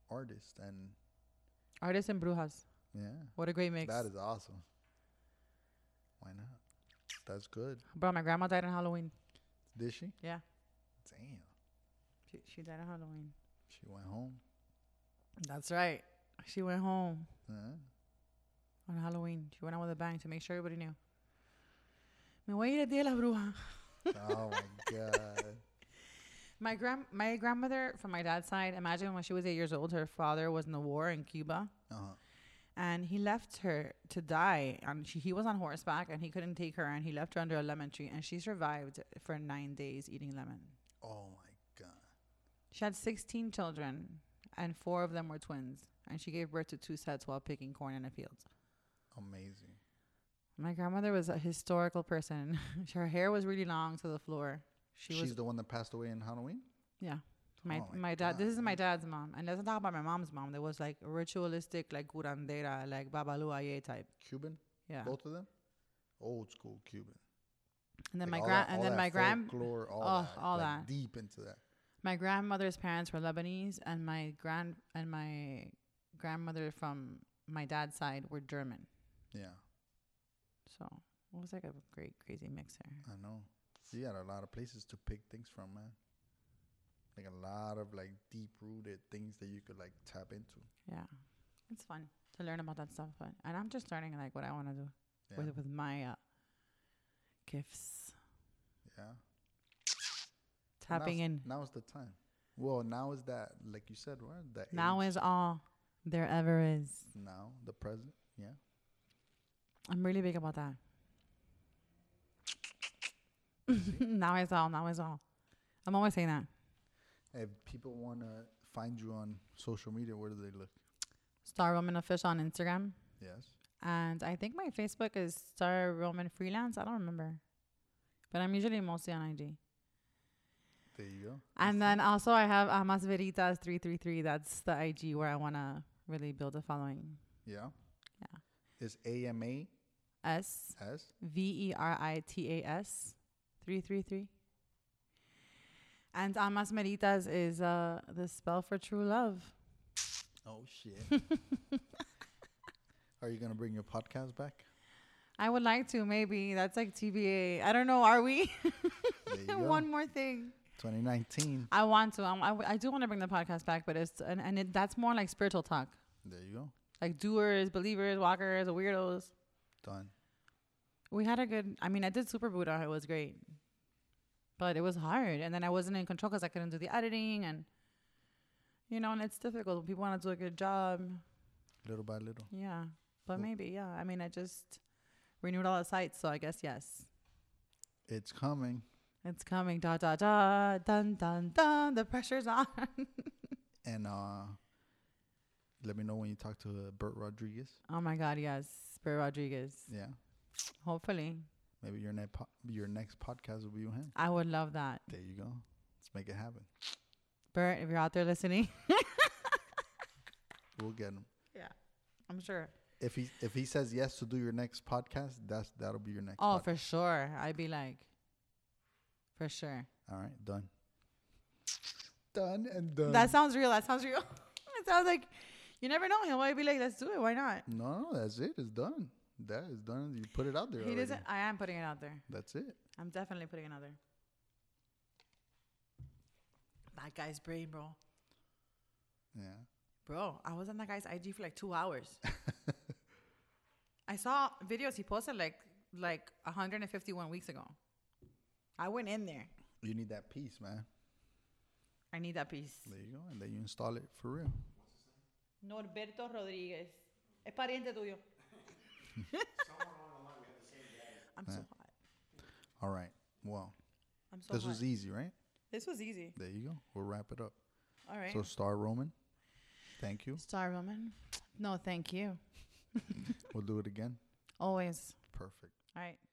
Speaker 5: artists, and
Speaker 6: Artists and brujas.
Speaker 5: yeah,
Speaker 6: What a great mix,
Speaker 5: that is awesome. Why not? That's good.
Speaker 6: bro. My grandma died on Halloween.
Speaker 5: Did she?
Speaker 6: Yeah,
Speaker 5: Damn,
Speaker 6: she, she died on Halloween.
Speaker 5: she went home.
Speaker 6: That's right. She went home
Speaker 5: Yeah.
Speaker 6: on Halloween. She went out with a bang to make sure everybody knew. Me voy a ir el día de la bruja.
Speaker 5: Oh
Speaker 6: *laughs*
Speaker 5: my god.
Speaker 6: My grand my grandmother from my dad's side, imagine when she was eight years old, her father was in the war in Cuba.
Speaker 5: Uh-huh.
Speaker 6: And he left her to die. And she, he was on horseback and he couldn't take her and he left her under a lemon tree. And she survived for nine days eating lemon.
Speaker 5: Oh my god.
Speaker 6: She had 16 children and four of them were twins. And she gave birth to two sets while picking corn in a field.
Speaker 5: Amazing.
Speaker 6: My grandmother was a historical person. *laughs* her hair was really long to the floor. She
Speaker 5: She's
Speaker 6: was,
Speaker 5: the one that passed away in Halloween.
Speaker 6: yeah. My,
Speaker 5: Oh my
Speaker 6: my
Speaker 5: God,
Speaker 6: dad, this is my dad's mom. And let's not talk about my mom's mom. There was like ritualistic, like curandera, like babaluaye type.
Speaker 5: Cuban.
Speaker 6: Yeah.
Speaker 5: Both of them. Old school Cuban.
Speaker 6: And then
Speaker 5: Like
Speaker 6: my
Speaker 5: all
Speaker 6: grand,
Speaker 5: that- all
Speaker 6: and then
Speaker 5: that
Speaker 6: my grand,
Speaker 5: folklore, all
Speaker 6: oh,
Speaker 5: that,
Speaker 6: all
Speaker 5: like,
Speaker 6: that.
Speaker 5: deep into that.
Speaker 6: my grandmother's parents were Lebanese, and my grand and my grandmother from my dad's side were German.
Speaker 5: Yeah,
Speaker 6: So it was like a great crazy mix there.
Speaker 5: I know. You got a lot of places to pick things from, man. Like a lot of like deep rooted things that you could like tap into.
Speaker 6: Yeah, it's fun to learn about that stuff, but and I'm just learning like what I want to do
Speaker 5: Yeah.
Speaker 6: with with my uh, gifts,
Speaker 5: Yeah. And
Speaker 6: tapping
Speaker 5: now's-
Speaker 6: in.
Speaker 5: Now is the time. Well, now is that like you said, right? The
Speaker 6: Now
Speaker 5: age,
Speaker 6: is all there ever is.
Speaker 5: now the present. Yeah.
Speaker 6: I'm really big about that. *laughs* now is all. Now is all. I'm always saying that.
Speaker 5: If people wanna find you on social media, where do they look?
Speaker 6: Star Roman Official on Instagram.
Speaker 5: Yes.
Speaker 6: And I think my Facebook is Star Roman Freelance. I don't remember. But I'm usually mostly on IG.
Speaker 5: There you go.
Speaker 6: And then also I have Amas Veritas 333. That's the IG where I want to really build a following.
Speaker 5: Yeah.
Speaker 6: Yeah.
Speaker 5: It's A M A
Speaker 6: S
Speaker 5: S.
Speaker 6: V E R I T A S 333. And Amas Veritas is uh, the spell for true love.
Speaker 5: Oh
Speaker 6: *laughs*
Speaker 5: shit. Are you gonna bring your podcast
Speaker 6: *laughs*
Speaker 5: back?
Speaker 6: I would like to, maybe. That's like TBA. I don't know. Are we?
Speaker 5: There you
Speaker 6: *laughs*
Speaker 5: go.
Speaker 6: One more thing.
Speaker 5: 2019.
Speaker 6: I want to. Um, I, w- I do want to bring the podcast back, but it's and, and it, that's more like spiritual talk,
Speaker 5: There you go.
Speaker 6: like doers, believers, walkers, weirdos.
Speaker 5: Done.
Speaker 6: We had a good. I mean, I did Super Buddha. It was great, but it was hard, and then I wasn't in control because I couldn't do the editing, and you know, and it's difficult. People want to do a good job,
Speaker 5: Little by little.
Speaker 6: yeah. But maybe, yeah. I mean, I just renewed all the sites, so I guess yes.
Speaker 5: It's coming.
Speaker 6: It's coming, da da da, dun dun dun. The pressure's *laughs* on.
Speaker 5: And uh let me know when you talk to uh, Bert Rodriguez.
Speaker 6: oh my God, yes, Spiro Rodriguez.
Speaker 5: Yeah.
Speaker 6: Hopefully,
Speaker 5: Maybe your next po- your next podcast will be with him.
Speaker 6: I would love that.
Speaker 5: There you go. Let's make it happen.
Speaker 6: Bert, if you're out there listening,
Speaker 5: We'll get him.
Speaker 6: *laughs* I'm sure.
Speaker 5: If he if he says yes to do your next podcast, that's that'll be your next.
Speaker 6: *laughs* Oh,
Speaker 5: pod-
Speaker 6: for sure. I'd be like, for sure.
Speaker 5: All right, done. Done and done.
Speaker 6: That sounds real. That sounds real. *laughs* it sounds like you never know. He'll probably be like, let's do it. Why not?
Speaker 5: no, no, that's it. It's done. That is done. You put it out there.
Speaker 6: He
Speaker 5: already.
Speaker 6: doesn't. I am putting it out there.
Speaker 5: That's it.
Speaker 6: I'm definitely putting it out there. That guy's brain, bro.
Speaker 5: Yeah.
Speaker 6: Bro, I was on that guy's IG for like two hours. I saw videos he posted like like 151 weeks ago. I went in there.
Speaker 5: You need that peace, man.
Speaker 6: I need that piece.
Speaker 5: There you go. And then you install it for real.
Speaker 6: Norberto Rodriguez. Es pariente tuyo. I'm so hot.
Speaker 5: All right. Well,
Speaker 6: I'm
Speaker 5: Eh.
Speaker 6: so
Speaker 5: this
Speaker 6: hot.
Speaker 5: was easy, right?
Speaker 6: this was easy.
Speaker 5: There you go. We'll wrap it up.
Speaker 6: All right.
Speaker 5: So, Star Roman, thank you.
Speaker 9: Star Woman. No, thank you.
Speaker 5: We'll do it again.
Speaker 9: Always.
Speaker 5: Perfect.
Speaker 9: All right.